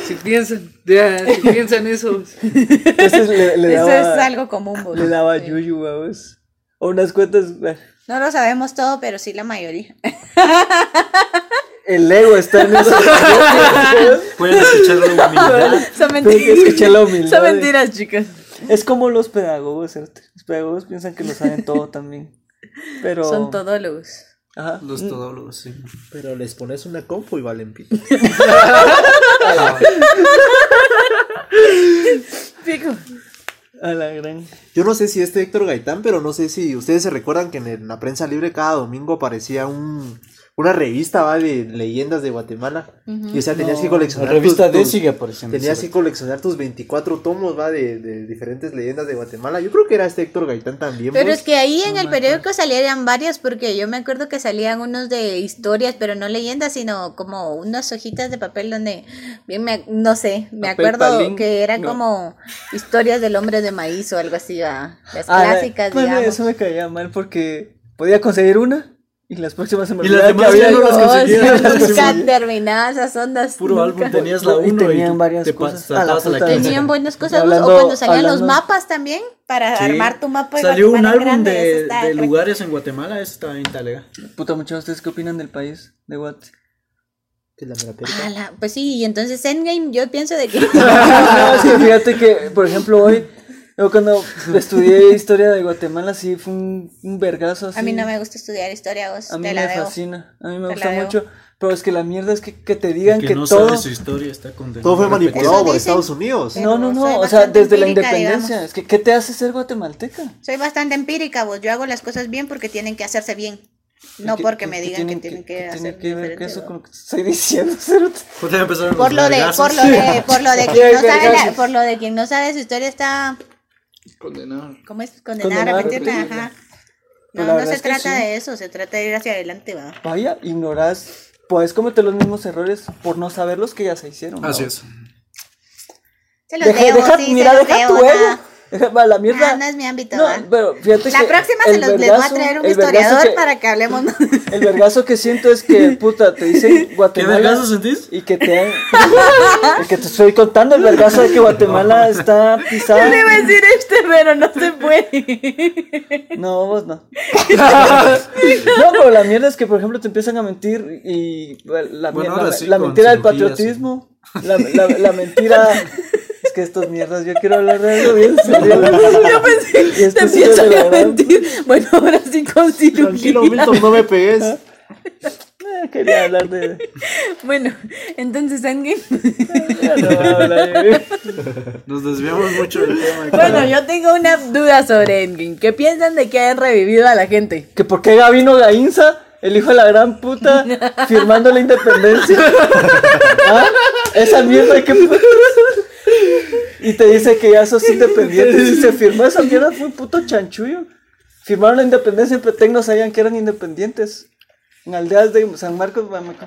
S1: Si piensan, ya, si piensan eso.
S2: Entonces le, le
S6: Eso
S2: daba,
S6: es algo común, vos.
S3: Ah,
S2: le daba yuyu, vamos. O unas cuantas. ah,
S3: No lo sabemos todo, pero sí la mayoría.
S2: El ego está en eso.
S5: Pueden escuchar la humildad.
S6: Son
S2: Tengo que
S6: mentiras.
S2: escuchar la humildad.
S6: Son
S2: de-
S6: mentiras, chicas.
S2: Es como los pedagogos, ¿cierto? Los pedagogos piensan que lo saben todo también. Pero.
S6: Son todólogos.
S2: Ajá.
S5: Los
S3: Mm.
S5: todólogos, sí.
S4: Pero les pones una compu y valen pito.
S6: Pico.
S2: A la gran.
S4: Yo no sé si este Héctor Gaitán, pero no sé si ustedes se recuerdan que en, el- en la prensa libre cada domingo aparecía un, una revista ¿va? de leyendas de Guatemala. Y o sea, tenías que coleccionar.
S5: La revista
S2: pues,
S4: tus-
S5: D
S4: tus-
S5: sigue apareciendo.
S4: Tenías que coleccionar tus 24 tomos, va, de, de diferentes leyendas de Guatemala. Yo creo que era este Héctor Gaitán también. pues.
S3: Pero
S4: vos.
S3: es que ahí en el periódico salían varias, porque yo me acuerdo que salían unos de historias, pero no leyendas, sino como unas hojitas de papel donde, bien me- no sé, me
S2: Papel
S3: acuerdo
S2: palín,
S3: que eran
S2: no.
S3: como historias del hombre de maíz o algo así, ¿va? las
S2: Ah,
S3: clásicas,
S2: bueno,
S3: digamos.
S2: eso me caía mal porque podía conseguir una y las próximas se me
S5: Y las
S2: olvidaba que
S5: demás ya no las
S2: había-
S5: conseguía.
S3: Nunca
S5: Sí.
S3: terminadas esas ondas.
S5: Puro
S3: nunca.
S5: álbum, tenías la
S2: Y
S5: 1 y,
S2: tenían
S5: tú
S2: varias
S5: te pas-
S2: cosas. A la
S5: saltabas a la
S2: puta.
S5: quince.
S3: Tenían buenas cosas, vos, o
S2: Hablando-
S3: cuando salían
S2: hablando-
S3: los mapas también, para
S5: Sí.
S3: armar tu mapa. de
S5: Salió un
S3: Guatemala
S5: álbum
S3: grande, eso
S5: de,
S3: está
S5: de
S3: re-
S5: lugares en Guatemala, eso estaba bien talega.
S2: Puta, muchachos, ¿ustedes qué opinan del país? De Guate.
S4: Que la mera perca.
S3: Ah, la- Pues sí, y entonces Endgame yo pienso de que...
S2: No, es que fíjate que, por ejemplo, hoy. Yo cuando estudié historia de Guatemala, sí fue un, un vergazo así.
S3: A mí no me gusta estudiar historia, vos
S2: A mí
S3: te
S2: me
S3: la debo.
S2: fascina, a mí me
S3: Te
S2: gusta
S3: la debo.
S2: mucho. Pero es que la mierda es que, que te digan
S5: que,
S2: que,
S5: no
S2: todo.
S5: sabe su historia, está condenado.
S4: Todo fue
S5: a repetir.
S4: manipulado por
S3: dicen.
S4: Estados Unidos.
S3: Pero
S2: No, no,
S3: soy
S2: no, o sea,
S3: bastante
S2: desde la
S3: empírica,
S2: independencia.
S3: digamos.
S2: Es que, ¿qué te hace ser guatemalteca?
S3: Soy bastante empírica, vos. Yo hago las cosas bien porque tienen que hacerse bien. No
S2: ¿Qué-
S3: porque
S2: qué-
S3: me
S2: qué
S3: digan que tienen que
S2: qué tiene
S3: hacer
S2: que ver
S3: diferente,
S2: eso
S3: ¿no?
S2: con lo que te estoy diciendo, cerote?
S5: Puta, ya empezaron
S3: Por
S5: los
S3: lo de,
S5: vergazos.
S3: por lo de, por lo de
S2: Qué
S3: quien no sabe la-
S2: vergazos.
S3: por lo de quien no sabe su historia está
S1: Condenado.
S3: ¿cómo es? condenada
S2: Condenada
S3: a
S2: a
S3: arrepentirla,
S2: repetirla.
S3: ajá. No,
S2: Pues la
S3: no
S2: verdad
S3: se
S2: es que
S3: trata
S2: sí.
S3: de eso, se trata de ir hacia adelante, va.
S2: Vaya, ignorás, puedes cometer los mismos errores por no saber los que ya se hicieron.
S5: Así
S2: ¿no?
S5: es.
S3: Se los
S2: Deja,
S3: debo,
S2: deja-
S3: sí,
S2: mira,
S3: se los
S2: deja
S3: debo,
S2: tu ego.
S3: va.
S2: Deja- va, la mierda.
S3: No, no es mi ámbito,
S2: No,
S3: va.
S2: pero fíjate
S3: La
S2: que
S3: próxima
S2: el
S3: se los les voy a
S2: vergazo-
S3: traer un
S2: el vergazo
S3: historiador
S2: que-
S3: para que hablemos.
S2: El vergazo que siento es que, puta, te dicen
S5: ¿Qué
S2: Guatemala.
S5: vergazos sentís?
S2: Y que te han... el que te estoy contando, el vergazo de que Guatemala está pisada.
S6: Te iba a decir este, pero no se puede.
S2: No, vos no. no, pero la mierda es que, por ejemplo, te empiezan a mentir y bueno, la,
S5: Bueno,
S2: mierda-
S5: ahora sí,
S2: la
S5: con
S2: mentira del
S5: cirugías,
S2: patriotismo, la, la- la mentira... Es que estas mierdas, yo quiero hablar de algo bien serio.
S6: Yo
S2: Y
S6: pensé,
S2: esto
S6: te
S2: sí es de
S6: empiezan
S2: la
S6: a
S2: verdad.
S6: mentir. Bueno, ahora sí con
S4: Tranquilo,
S6: cirugía.
S4: Milton, no me pegues.
S2: Eh, Quería hablar de...
S6: Bueno, entonces Endgame.
S2: ya no voy a hablar de-
S5: Nos desviamos mucho del tema.
S6: Bueno, yo tengo una duda sobre Endgame. ¿Qué piensan de que hayan revivido a la gente?
S2: Que por qué Gabino Gainza, el hijo de la gran puta, firmando la independencia. ¿Ah? Esa mierda que... Y te dice que ya sos independiente. Y se firmó esa mierda, fue un puto chanchullo. Firmaron la independencia en Petén, no sabían que eran independientes. En aldeas de San Marcos, Bamaco.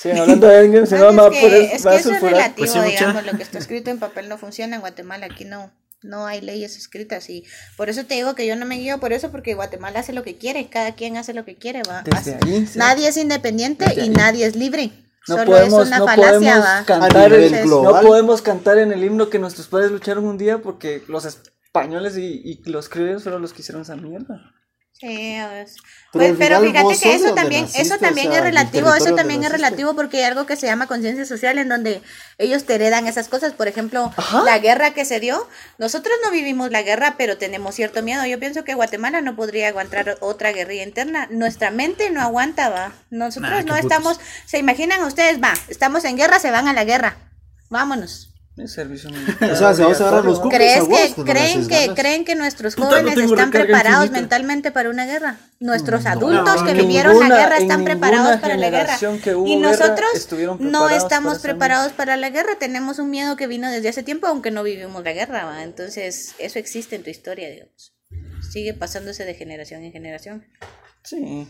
S2: Siguen hablando de alguien, si
S3: Pues
S2: no me va a
S3: es que-
S2: poner-
S3: es
S2: va
S3: que
S2: a
S3: eso es
S2: sulfurar.
S3: relativo,
S5: Pues sí, mucha.
S3: digamos, lo que está escrito en papel no funciona en Guatemala, aquí no, no hay leyes escritas y por eso te digo que yo no me guío por eso, porque Guatemala hace lo que quiere, cada quien hace lo que quiere, va.
S2: Desde
S3: Hace-
S2: ahí, sí.
S3: Nadie es independiente y nadie es libre.
S2: No
S3: Solo
S2: podemos,
S3: es una
S2: no
S3: falacia,
S2: podemos
S3: va.
S2: cantar
S4: A nivel
S2: en, no
S4: global.
S2: podemos cantar en el himno que nuestros padres lucharon un día porque los españoles y, y los criollos fueron los que hicieron esa mierda.
S3: Feos.
S4: Pero
S3: Oye,
S4: al
S3: Pero,
S4: final
S3: fíjate
S4: vos
S3: que
S4: sos
S3: eso
S4: donde
S3: también,
S4: naciste,
S3: eso
S4: o
S3: también
S4: sea,
S3: es
S4: el
S3: relativo,
S4: territorio
S3: eso
S4: donde
S3: también es
S4: naciste.
S3: relativo porque hay algo que se llama conciencia social en donde ellos te heredan esas cosas. Por ejemplo, la guerra que se dio, nosotros no vivimos la guerra, pero tenemos cierto miedo. Yo pienso que Guatemala no podría aguantar otra guerrilla interna. Nuestra mente no aguanta, va. Nosotros no estamos, se imaginan ustedes, va, estamos en guerra, se van a la guerra. Vámonos.
S2: Es servicio
S4: O sea, se va a cerrar los
S2: obligatorio,
S4: cupos.
S3: ¿Crees
S4: a vos
S3: que,
S4: no le
S3: creen,
S4: haces
S3: que,
S4: ganas?
S3: ¿Creen que nuestros
S5: Puta, no
S3: jóvenes
S5: tengo
S3: están
S5: recarga
S3: preparados
S5: infinita.
S3: mentalmente para una guerra? Nuestros adultos
S2: ¿no?
S3: que
S2: En
S3: vivieron
S2: ninguna-
S3: la guerra
S2: en
S3: están
S2: ninguna
S3: preparados para la guerra.
S2: generación que hubo
S3: Y
S2: guerra
S3: nosotros
S2: estuvieron
S3: no
S2: preparados
S3: estamos
S2: para esa
S3: preparados para la guerra. Tenemos un miedo que vino desde hace tiempo, aunque no vivimos la guerra. ¿va? Entonces, eso existe en tu historia, digamos. Sigue pasándose de generación en generación.
S2: Sí.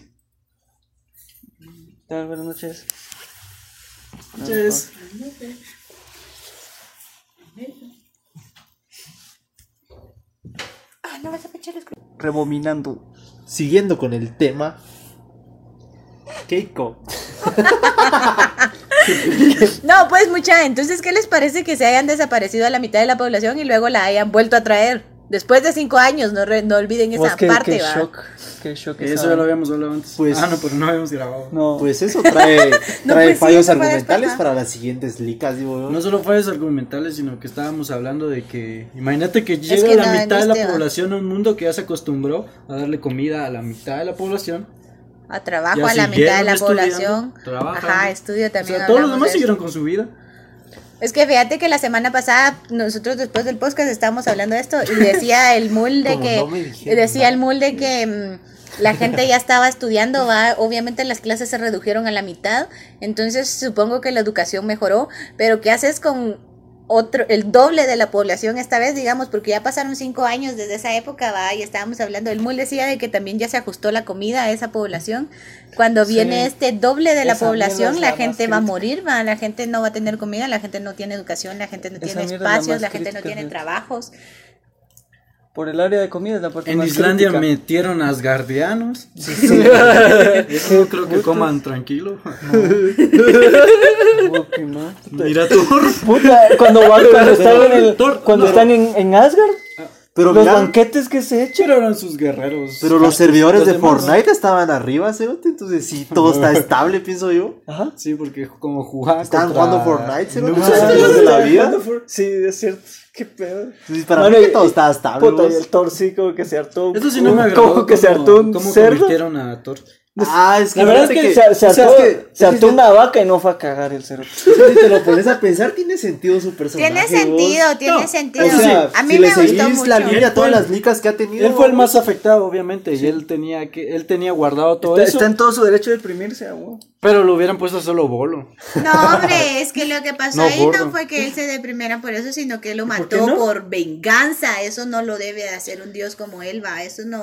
S2: Tal, buenas noches. Rebominando.
S4: Siguiendo con el tema. Keiko.
S6: No, pues mucha, entonces, ¿qué les parece que se hayan desaparecido a la mitad de la población y luego la hayan vuelto a traer? Después de cinco años, no, re- no olviden esa
S2: Vos, qué,
S6: parte,
S2: qué
S6: va.
S2: Pues shock. Qué shock.
S5: Que
S2: esa-
S5: eso ya lo habíamos hablado antes.
S4: Pues-
S5: ah, no, pero no habíamos grabado.
S2: No.
S4: Pues eso trae,
S3: No,
S4: trae
S3: pues sí,
S4: fallos
S3: eso fue
S4: argumentales
S3: después,
S4: para las siguientes licas, digo yo.
S5: No solo fallos argumentales, sino que estábamos hablando de que. Imagínate que llega
S3: que
S5: la
S3: no,
S5: mitad de
S3: viste,
S5: la
S3: va.
S5: población a un mundo que ya se acostumbró a darle comida a la mitad de la población.
S3: A
S5: Y
S3: trabajo a
S5: así
S3: la mitad de
S5: siguieron
S3: la
S5: estudiando,
S3: población.
S5: trabajan.
S3: Ajá, estudio
S5: O
S3: también.
S5: sea, todos los
S3: hablamos de
S5: demás
S3: eso.
S5: siguieron con su vida.
S3: Es que fíjate que la semana pasada nosotros después del podcast estábamos hablando de esto y decía el mul de
S4: Como
S3: que
S4: no me dijeron
S3: decía
S4: nada.
S3: el mul de que mm, la gente ya estaba estudiando, va, obviamente las clases se redujeron a la mitad, entonces supongo que la educación mejoró, pero ¿qué haces con otro, el doble de la población esta vez, digamos, porque ya pasaron cinco años desde esa época, va, y estábamos hablando, el mul decía de que también ya se ajustó la comida a esa población, cuando viene este doble de la
S2: Esa
S3: población,
S2: mierda
S3: la
S2: es la más
S3: gente va a
S2: crítica.
S3: morir, va, la gente no va a tener comida, la gente no tiene educación, la gente no
S2: Esa
S3: tiene
S2: mierda es la
S3: espacios,
S2: más
S3: la gente no
S2: crítica,
S3: tiene
S2: ¿no?
S3: trabajos.
S2: Por el área de comida es la parte
S5: En
S2: más
S5: Islandia
S2: crítica.
S5: metieron asgardianos. Eso no creo que coman tranquilo.
S2: Como que no.
S5: Mira tú.
S2: Puta, cuando, van- cuando están en, el-
S5: Thor,
S2: cuando
S5: no.
S2: están en, en Asgard,
S4: Pero
S2: los
S4: mira,
S2: banquetes que se echan.
S5: Pero eran sus guerreros.
S4: pero los servidores
S5: Los
S4: de
S5: demás, ¿no?
S4: Fortnite estaban arriba, cerote, entonces sí, todo está estable, pienso yo.
S2: Ajá.
S5: Sí, porque como jugaban.
S4: Estaban
S5: contra
S4: jugando Fortnite, ¿se
S5: noobs
S4: acuerdan?
S5: de los de la vida.
S2: Sí, es cierto. Qué pedo.
S4: Entonces, para
S2: Mano,
S4: mí que
S2: y-
S4: todo está estable.
S2: eh, Puta, y
S4: vos.
S2: el torcico que se hartó.
S5: Eso sí no
S2: un
S5: me agradó.
S2: cojo que se
S5: cómo-
S2: hartó un
S5: cómo
S2: cerdo.
S5: convirtieron a Thor.
S4: Ah, es que
S2: La verdad es que,
S4: fíjate
S2: se, se
S4: o sea,
S2: hartó,
S4: es que-
S2: se
S4: es que
S2: hartó una vaca y no fue a cagar el cerdo.
S4: si te- si te lo pones a pensar, tiene sentido su personaje.
S3: Tiene
S4: vos.
S3: sentido, tiene
S5: No,
S3: sentido.
S4: O sea,
S3: a mí
S4: si
S3: me
S4: le
S3: gustó
S4: seguís
S3: mucho.
S4: la línea a todas
S5: Él fue-
S4: las licas que ha tenido.
S5: Él fue el
S4: vos.
S5: más afectado, obviamente, y él tenía que, él tenía guardado todo
S2: Está,
S5: eso,
S2: está en todo su derecho de deprimirse, a huevo.
S5: pero lo hubieran puesto solo bolo.
S3: No, hombre, es que lo que pasó
S5: No,
S3: ahí
S5: gordo.
S3: no fue que él se deprimiera por eso, sino que lo
S2: qué
S3: mató
S2: no?
S3: por venganza. Eso no lo debe de hacer un dios como él, va. Eso no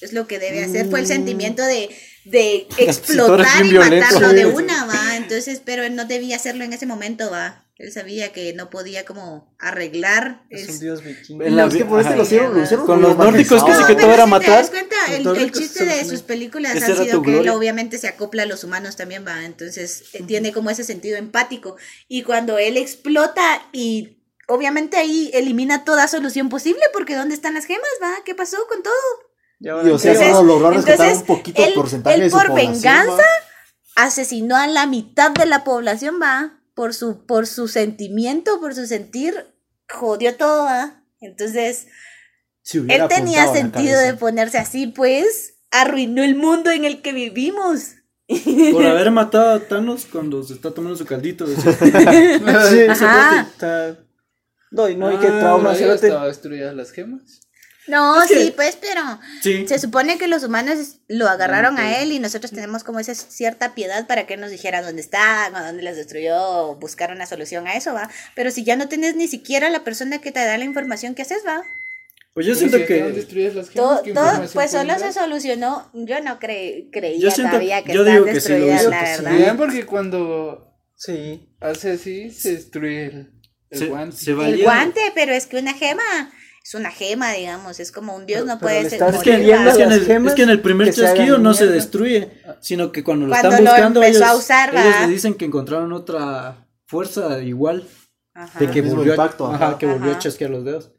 S3: es lo que debe hacer.
S2: Mm.
S3: Fue el sentimiento de, de explotar
S5: bien
S3: y
S5: violento.
S3: matarlo
S5: Sí,
S3: de
S5: sí.
S3: una, va. Entonces, pero él no debía hacerlo en ese momento, va. Él sabía que no podía como arreglar.
S2: Es
S3: es-
S2: un dios vikingo.
S5: En
S4: No,
S5: la
S4: es que
S5: vida-
S4: por este
S5: ajá.
S4: lo hicieron, lo hicieron
S5: Con
S4: como
S5: los nórdicos Pues que
S4: humanizado.
S5: se que todo
S3: si
S5: era
S3: te
S5: matar.
S3: das cuenta, el,
S2: Todo
S3: el
S2: lo que
S3: chiste
S2: son-
S3: de sus películas
S5: Ese
S3: ha
S5: era
S3: sido
S5: tu
S3: que él
S5: gloria.
S3: obviamente se acopla a los humanos también, va. Entonces eh, tiene como ese sentido empático. Y cuando él explota y obviamente ahí elimina toda solución posible, porque ¿dónde están las gemas, va? ¿Qué pasó con todo?
S2: Ya
S4: Y o sea,
S3: Entonces-
S4: solo logró rescatar un
S3: entonces,
S4: poquito
S3: él-
S4: porcentaje
S3: él
S4: de su
S3: por
S4: población,
S3: venganza,
S4: ¿va?
S3: Asesinó a la mitad de la población, va. Por su, por su sentimiento, por su sentir, jodió todo, va. Entonces,
S4: Si hubiera
S3: él tenía
S4: apuntado a la
S3: sentido de
S4: cabeza.
S3: ponerse así, pues arruinó el mundo en el que vivimos.
S5: Por haber matado a Thanos cuando se está tomando su caldito. decía.
S2: Sí, ese
S3: Ajá.
S2: cuate está- No, y no, y qué
S5: Ah,
S2: trauma,
S1: Ahí
S2: cerote.
S1: estaba destruidas las gemas.
S3: No, sí, pues, pero
S5: Sí.
S3: se supone que los humanos lo agarraron a él y nosotros tenemos como esa cierta piedad para que él nos dijera dónde están, o dónde los destruyó, o buscar una solución a eso, va. Pero si ya no tienes ni siquiera la persona que te da la información que haces, va.
S5: Pues yo
S1: Pero
S5: siento
S1: si estaban
S5: que.
S1: destruidas las gemas,
S3: Todo,
S1: ¿qué
S3: todo,
S1: información
S3: pues
S1: pueden
S3: solo
S1: dar?
S3: se solucionó. Yo no cre-
S5: Yo
S3: creía
S5: siento-
S3: todavía que
S5: yo
S3: están
S5: digo que sí lo
S3: destruidas,
S5: hizo,
S3: la
S5: que sí.
S3: verdad.
S1: Bien, porque cuando
S2: Sí.
S1: hace así, se destruye el, el
S5: Se,
S1: guante.
S5: se valía.
S3: El guante, pero es que una gema es una gema, digamos, es como un dios, no
S2: pero
S3: puede
S2: le
S3: ser.
S2: estás
S5: Es que,
S3: morir,
S2: queriendo
S3: va.
S5: es que en
S2: Las
S5: el,
S2: gemas
S5: es que en el primer
S2: que se hagan
S5: chasquido no se
S2: mierda.
S5: destruye, sino que cuando lo
S3: Cuando
S5: están
S3: lo
S5: buscando
S3: empezó
S5: ellos,
S3: a usar,
S5: ellos
S3: ¿verdad?
S5: le dicen que encontraron otra fuerza igual
S3: Ajá.
S5: de que
S4: El mismo
S5: volvió, a-
S4: impacto,
S5: ajá,
S4: ajá.
S5: que volvió a
S3: Ajá.
S5: chasquear los dedos.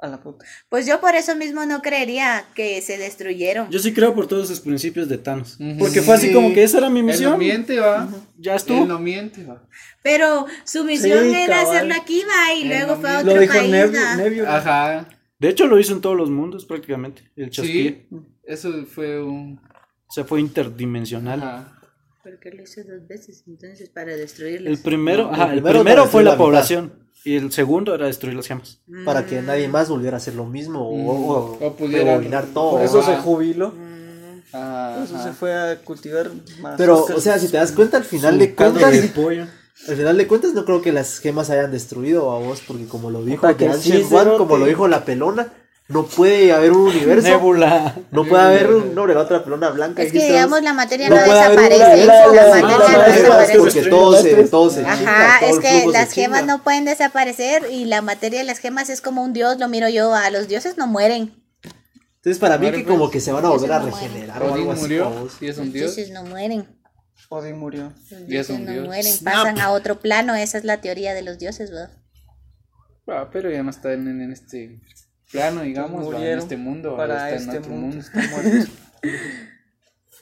S2: A la puta.
S3: Pues yo por eso mismo no creería que se destruyeron.
S5: Yo sí creo por todos sus principios de Thanos. Porque fue así como que esa era mi
S1: Él no
S5: misión.
S1: miente, va.
S5: Ya
S1: Él
S5: estuvo.
S1: no miente, va.
S3: Pero su misión
S2: Sí,
S3: era
S2: cabal.
S3: hacerlo aquí, va, y
S1: Eh,
S3: luego
S1: no
S3: fue a
S1: mientas.
S3: otro
S2: Lo dijo
S3: país.
S2: Nebula.
S3: va.
S2: Nebula.
S1: Ajá.
S5: De hecho, lo hizo en todos los mundos prácticamente. El chasquido.
S1: Sí. Eso fue un.
S5: O sea, fue interdimensional.
S1: Ajá.
S3: Porque lo hizo dos veces, entonces, para
S5: El
S3: destruirlos.
S5: primero,
S4: No,
S5: ajá,
S4: el
S5: el
S4: primero
S5: primero,
S4: para
S5: fue
S4: destruir
S5: la,
S4: la mitad.
S5: población. Y el segundo era destruir las gemas.
S4: Para que nadie más volviera a hacer lo mismo
S5: Mm.
S4: o, o-
S1: O pudiera-
S4: rebobinar todo.
S2: Por eso
S1: Ajá.
S2: se jubiló.
S3: Mm.
S1: Ajá.
S2: Por eso se fue a cultivar más.
S4: Pero,
S2: Oscar.
S4: o sea, si te das cuenta, al final de
S5: Caldo
S4: cuentas,
S5: de pollo.
S4: al final de cuentas, no creo que las gemas hayan destruido a vos, porque como lo dijo
S2: Puta, que
S4: Gran
S2: sí,
S4: Shen Wan,
S2: cerote.
S4: como lo dijo la pelona, no puede haber un universo,
S5: Nebula.
S4: no puede haber un, no, la otra pelona blanca.
S3: Es que,
S4: dijiste vos.
S3: digamos, la materia
S4: No
S3: no,
S4: puede haber
S3: desaparece. La
S2: una- la-
S4: Ah,
S2: la-
S3: materia
S2: la-
S3: no
S2: la-
S4: las gemas,
S3: desaparece.
S4: porque todo se, todo se chinga,
S3: Ajá,
S4: todo
S3: es
S4: el
S3: que
S4: flujo se
S3: las gemas
S4: chinga.
S3: no pueden desaparecer y la materia de las gemas es como un dios, lo miro yo, a los dioses no mueren.
S4: Entonces, para mí, que
S1: Ahora,
S4: como
S1: pues,
S4: que se van a volver a
S3: no muere.
S4: regenerar o
S1: Odín
S4: algo así.
S1: murió
S4: babos.
S1: y es un
S3: Los
S1: dios.
S3: dioses no mueren.
S2: Odín murió.
S3: Los
S1: Ya es
S3: dioses
S1: un
S3: no
S1: dios.
S3: mueren, pasan a otro plano, esa es la teoría de los dioses, ¿verdad?
S1: Ah, pero ya no está en, en este plano, digamos, va, en
S2: Murieron
S1: este mundo. ahora
S2: Para
S1: está
S2: este
S1: en otro
S2: mundo.
S1: mundo.
S2: Está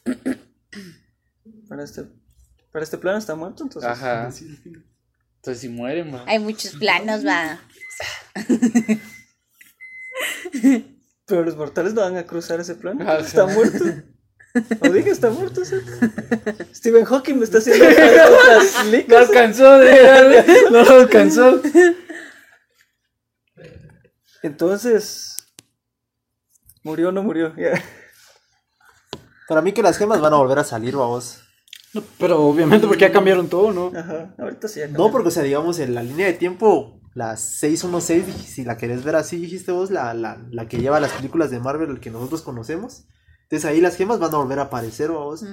S2: muerto. para, este, para este plano está muerto, entonces.
S1: Ajá. Entonces si mueren, va.
S3: Hay muchos planos, va.
S2: Pero los mortales no van a cruzar ese plano.
S1: Ajá.
S2: Está muerto. Odín está muerto. ¿sí? Stephen Hawking me está haciendo otras
S1: No
S2: licas.
S1: alcanzó, de- no lo alcanzó.
S2: Entonces. ¿Murió o no murió? Ya.
S4: Para mí, que las gemas van a volver a salir, vamos.
S5: No, pero obviamente porque
S1: Mm.
S5: ya cambiaron todo, ¿no?
S2: Ajá. Ahorita sí ya
S4: No,
S2: cambió.
S4: porque, o sea, digamos, en la línea de tiempo, la 616, dij- si la querés ver así, dijiste vos, la, la, la que lleva las películas de Marvel que nosotros conocemos. Entonces ahí las gemas van a volver a aparecer, vamos.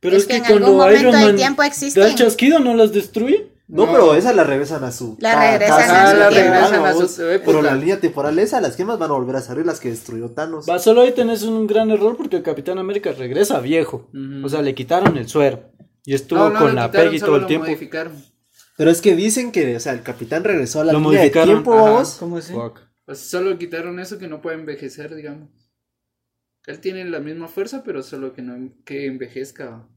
S5: Pero
S3: Es
S5: es,
S3: que
S5: que,
S3: en
S5: cuando
S3: algún momento
S5: Iron
S3: del
S5: Man
S3: tiempo
S5: da
S3: existen.
S5: el chasquido, ¿no las destruye?
S4: No,
S1: No.
S4: pero esas las regresan a su.
S3: La
S4: ca- ca-
S3: regresan a
S4: ca-
S3: su
S4: ca-
S3: tiempo.
S1: regresan a su eh, pues,
S4: vamos.
S1: época.
S4: Pero la línea temporal esa, las gemas van a volver a salir, las que destruyó Thanos.
S5: Va, solo ahí tenés un gran error porque el Capitán América regresa viejo.
S1: Ujú.
S5: O sea, le quitaron el suero. Y estuvo
S1: No, no,
S5: con
S1: lo
S5: la
S1: quitaron,
S5: Peggy
S1: solo
S5: todo el
S1: lo
S5: tiempo.
S1: modificaron.
S4: Pero es que dicen que, o sea, el capitán regresó a la
S5: Lo
S4: línea de
S5: modificaron,
S4: tiempo,
S1: ajá.
S4: vamos.
S2: ¿Cómo así?
S5: Fuck.
S1: O sea, solo quitaron eso que no puede envejecer, digamos. Él tiene la misma fuerza, pero solo que no que envejezca. va.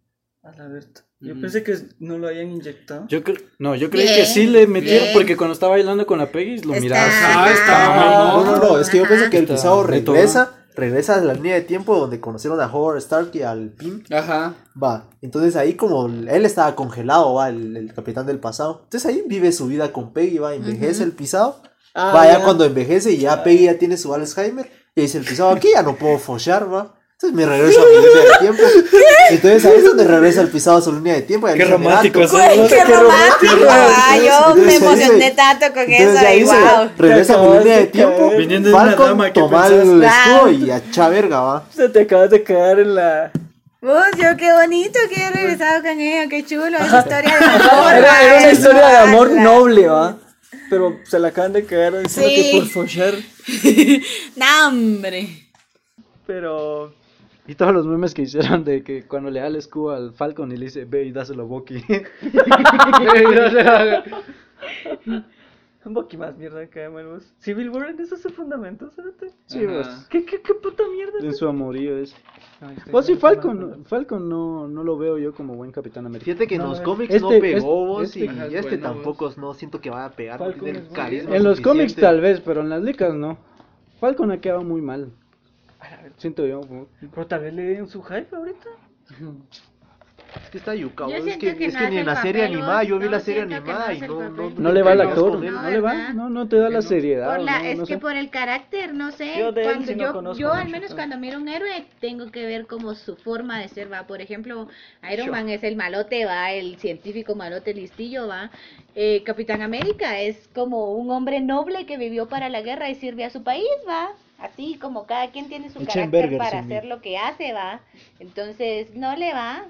S2: A la Berta. Yo
S1: Ujú.
S2: pensé que no lo habían inyectado.
S5: Yo cre- no, yo creí
S3: Bien,
S5: que sí le metieron
S3: bien.
S5: porque cuando estaba bailando con la Peggy lo
S3: Está-
S5: mirabas.
S1: Ah, está
S4: No,
S1: mal.
S4: no, no, es que yo
S3: Ajá.
S4: pienso que el
S5: Está
S4: pisado
S5: neto,
S4: regresa, regresa a la línea de tiempo donde conocieron a Howard Stark y al Pym.
S1: Ajá.
S4: Va, entonces ahí como él estaba congelado, va, el, el capitán del pasado. Entonces ahí vive su vida con Peggy, va, envejece el pisado.
S2: Ah,
S4: va, ya
S2: ya.
S4: cuando envejece y ya Peggy ya tiene su Alzheimer. Y dice el pisado, aquí ya no puedo follar, va. Entonces me regreso a mi línea de tiempo. Entonces ahí es donde regresa el pisado a su línea de tiempo. y ahí
S5: Qué
S4: dice, "Mira,
S5: romántico es
S6: Güey, qué romántico. Ay, yo me
S4: Entonces,
S6: emocioné
S4: dice-
S6: tanto con
S4: Entonces
S6: eso.
S4: ya
S6: ay,
S4: dice,
S6: wow.
S4: regresa
S2: Te
S4: a mi
S2: acabas
S4: línea de
S2: de
S4: tiempo.
S2: caer.
S5: Viniendo de una
S4: Falcon,
S5: dama, ¿qué
S4: toma
S5: pensás?
S4: el
S6: Wow.
S4: escudo y a chaverga, va.
S2: O sea, te acabas de quedar en la.
S6: Vos, yo qué bonito que he regresado con ella, qué chulo. Esa historia de amor.
S2: Era, era una
S6: ay,
S2: historia de amor
S6: guarda.
S2: noble, ¿va? Pero se la acaban de cagar diciendo
S6: Sí.
S2: que por follar.
S6: No, hombre.
S2: Pero.
S5: Y todos los memes que hicieron de que cuando le da el escudo al Falcon y le dice, ve y dáselo a Bucky.
S2: Un poquito más mierda que el bus. Si Bill Warren, eso es su fundamento, ¿sabes?
S5: Sí,
S1: Ajá.
S5: vos.
S2: ¿Qué, qué, qué puta mierda?
S5: En
S2: es
S5: su amorío es.
S2: esa?
S5: Vos sí, Falcon, Falcon no, no lo veo yo como buen Capitán América.
S4: Fíjate que en
S2: No,
S4: los
S2: no,
S4: cómics no
S5: este-
S4: pegó
S5: este-
S4: vos
S5: este-
S4: y
S1: Ajá,
S4: este
S1: bueno,
S4: tampoco no siento que vaya a pegar, no
S1: Falcon
S4: tiene
S1: es
S4: el
S1: muy
S4: carisma.
S1: bueno.
S5: En los cómics
S4: suficiente.
S5: tal vez, pero en las licas no. Falcon ha quedado muy mal. Siento yo. como-
S2: Pero tal vez le den su hype ahorita.
S4: Es que está
S3: Yo
S4: yuca, vos, es
S3: siento
S4: que,
S3: que
S4: es
S3: no
S4: que
S3: hace
S4: ni en la
S3: el
S4: serie
S3: papel,
S4: animada, yo
S3: vos,
S4: vi la
S3: no
S4: serie
S3: siento que no
S4: animada y
S3: hace el
S4: no, no,
S3: papel.
S5: No le va al
S4: no,
S5: actor,
S4: con él.
S5: no le va,
S2: Ah,
S3: ¿verdad?
S5: no, no te da la seriedad.
S3: Por la,
S5: no-
S3: es
S5: no
S3: que
S5: sé.
S3: por el carácter, no sé.
S2: Yo de él
S3: cuando
S2: sí no
S3: yo,
S2: conozco
S3: yo al
S2: mucho, pues.
S3: menos
S2: pero-
S3: cuando miro un héroe tengo que ver como su forma de ser, va. Por ejemplo, Iron Man es el malote, va, el científico malote listillo, va. Eh, Capitán América es como un hombre noble que vivió para la guerra y sirve a su país, va. Así como cada quien tiene su
S4: El
S3: carácter
S4: Schenberger,
S3: para
S4: sí,
S3: hacer lo que hace, va. Entonces, no le va.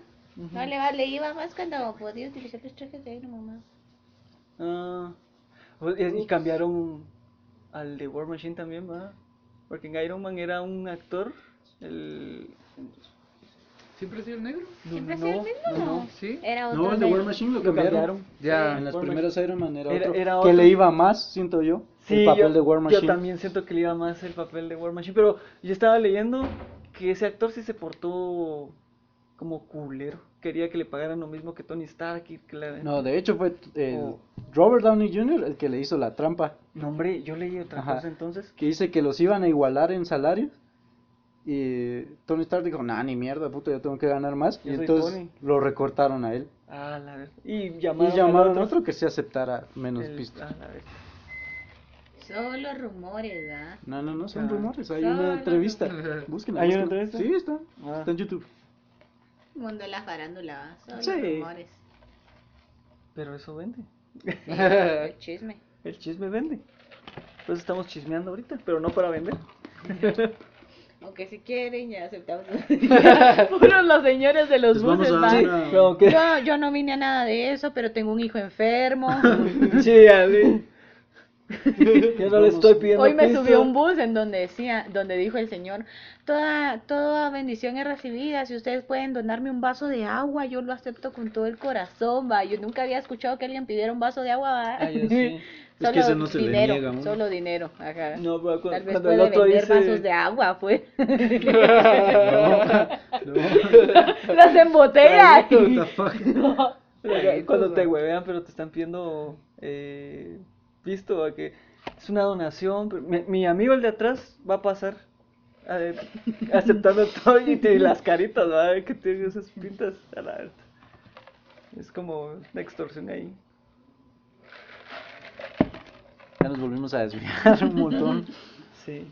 S3: No le va, le iba más cuando podía utilizar los trajes de Iron Man. ¿va?
S2: Ah. Pues, Y y cambiaron al de War Machine también, ¿va? Porque en Iron Man era un actor. El.
S1: ¿Siempre ha sido el negro?
S2: no,
S3: Siempre ha
S2: no,
S3: sido el mismo,
S2: no,
S3: ¿no?
S1: Sí.
S3: Era otro.
S5: No, el de
S3: negro.
S5: War Machine lo
S2: Lo
S5: cambiaron.
S2: cambiaron.
S1: Ya.
S5: En las
S2: War
S5: primeras Iron Man era
S2: Era-
S5: otro,
S2: era
S5: que
S2: otro.
S5: le iba más, siento yo.
S2: Sí,
S5: el papel
S2: yo,
S5: de War Machine.
S2: Yo también siento que le iba más el papel de War Machine, pero yo estaba leyendo que ese actor sí se portó como culero. Quería que le pagaran lo mismo que Tony Stark y que la...
S5: No, de hecho fue eh,
S2: Oh.
S5: Robert Downey Jr. el que le hizo la trampa,
S2: No, hombre, yo leí otra
S5: Ajá.
S2: cosa entonces.
S5: que dice que los iban a igualar en salarios. Y Tony Stark dijo, nah, ni mierda, puto, yo tengo que ganar más.
S2: Yo
S5: y
S2: soy
S5: entonces
S2: Tony.
S5: lo recortaron a él.
S2: Ah, la ver- Y
S5: Y
S2: llamaron, al
S5: llamaron a otro que se aceptara menos
S2: el-
S5: pistas.
S2: ah, la ver-
S7: Solo rumores, ¿verdad?
S5: No, no, no, son
S2: Ah.
S5: rumores. Hay
S7: Solo
S5: una entrevista. Búsquenla.
S2: ¿Hay una
S5: búsquenla.
S2: entrevista?
S5: Sí, está.
S2: Ah.
S5: Está en YouTube.
S7: Mundo de la farándula, ¿verdad? Solo
S2: Sí.
S7: rumores.
S2: Pero eso vende.
S7: El chisme.
S2: El chisme vende. Entonces estamos chismeando ahorita, pero no para vender.
S7: Aunque si quieren, ya aceptamos.
S3: Puros los señores de los
S5: Pues vamos
S3: buses,
S5: a
S3: va.
S5: dar
S3: Yo,
S5: una-
S2: Pero que...
S3: yo no vine a nada de eso, pero tengo un hijo enfermo.
S2: Sí, así. Yo no le
S5: Vamos.
S2: estoy pidiendo
S3: Hoy me
S2: pisto.
S3: subió un bus en donde decía, donde dijo el Señor, toda, toda bendición es recibida, si ustedes pueden donarme un vaso de agua, yo lo acepto con todo el corazón, va. Yo nunca había escuchado que alguien pidiera un vaso de agua, va.
S5: Ah, ya sé.
S3: Solo
S5: Es que eso no se le
S3: dinero,
S5: niega a uno.
S3: solo dinero, ajá.
S2: No, pero cu-
S3: Tal vez
S2: cuando
S3: puede
S2: el otro
S3: vender
S2: dice...
S3: vasos de agua, pues.
S5: No,
S3: Las embotella.
S5: no, what the fuck.
S2: Oiga, Cuando te huevean, pero te están pidiendo eh, visto a que es una donación. pero Mi, mi amigo, el de atrás, va a pasar a ver, aceptando todo y, te- las caritas, va a ver que tiene esas pintas a la verdad. Es como una extorsión ahí.
S5: Ya nos volvimos a desviar un montón.
S2: Sí.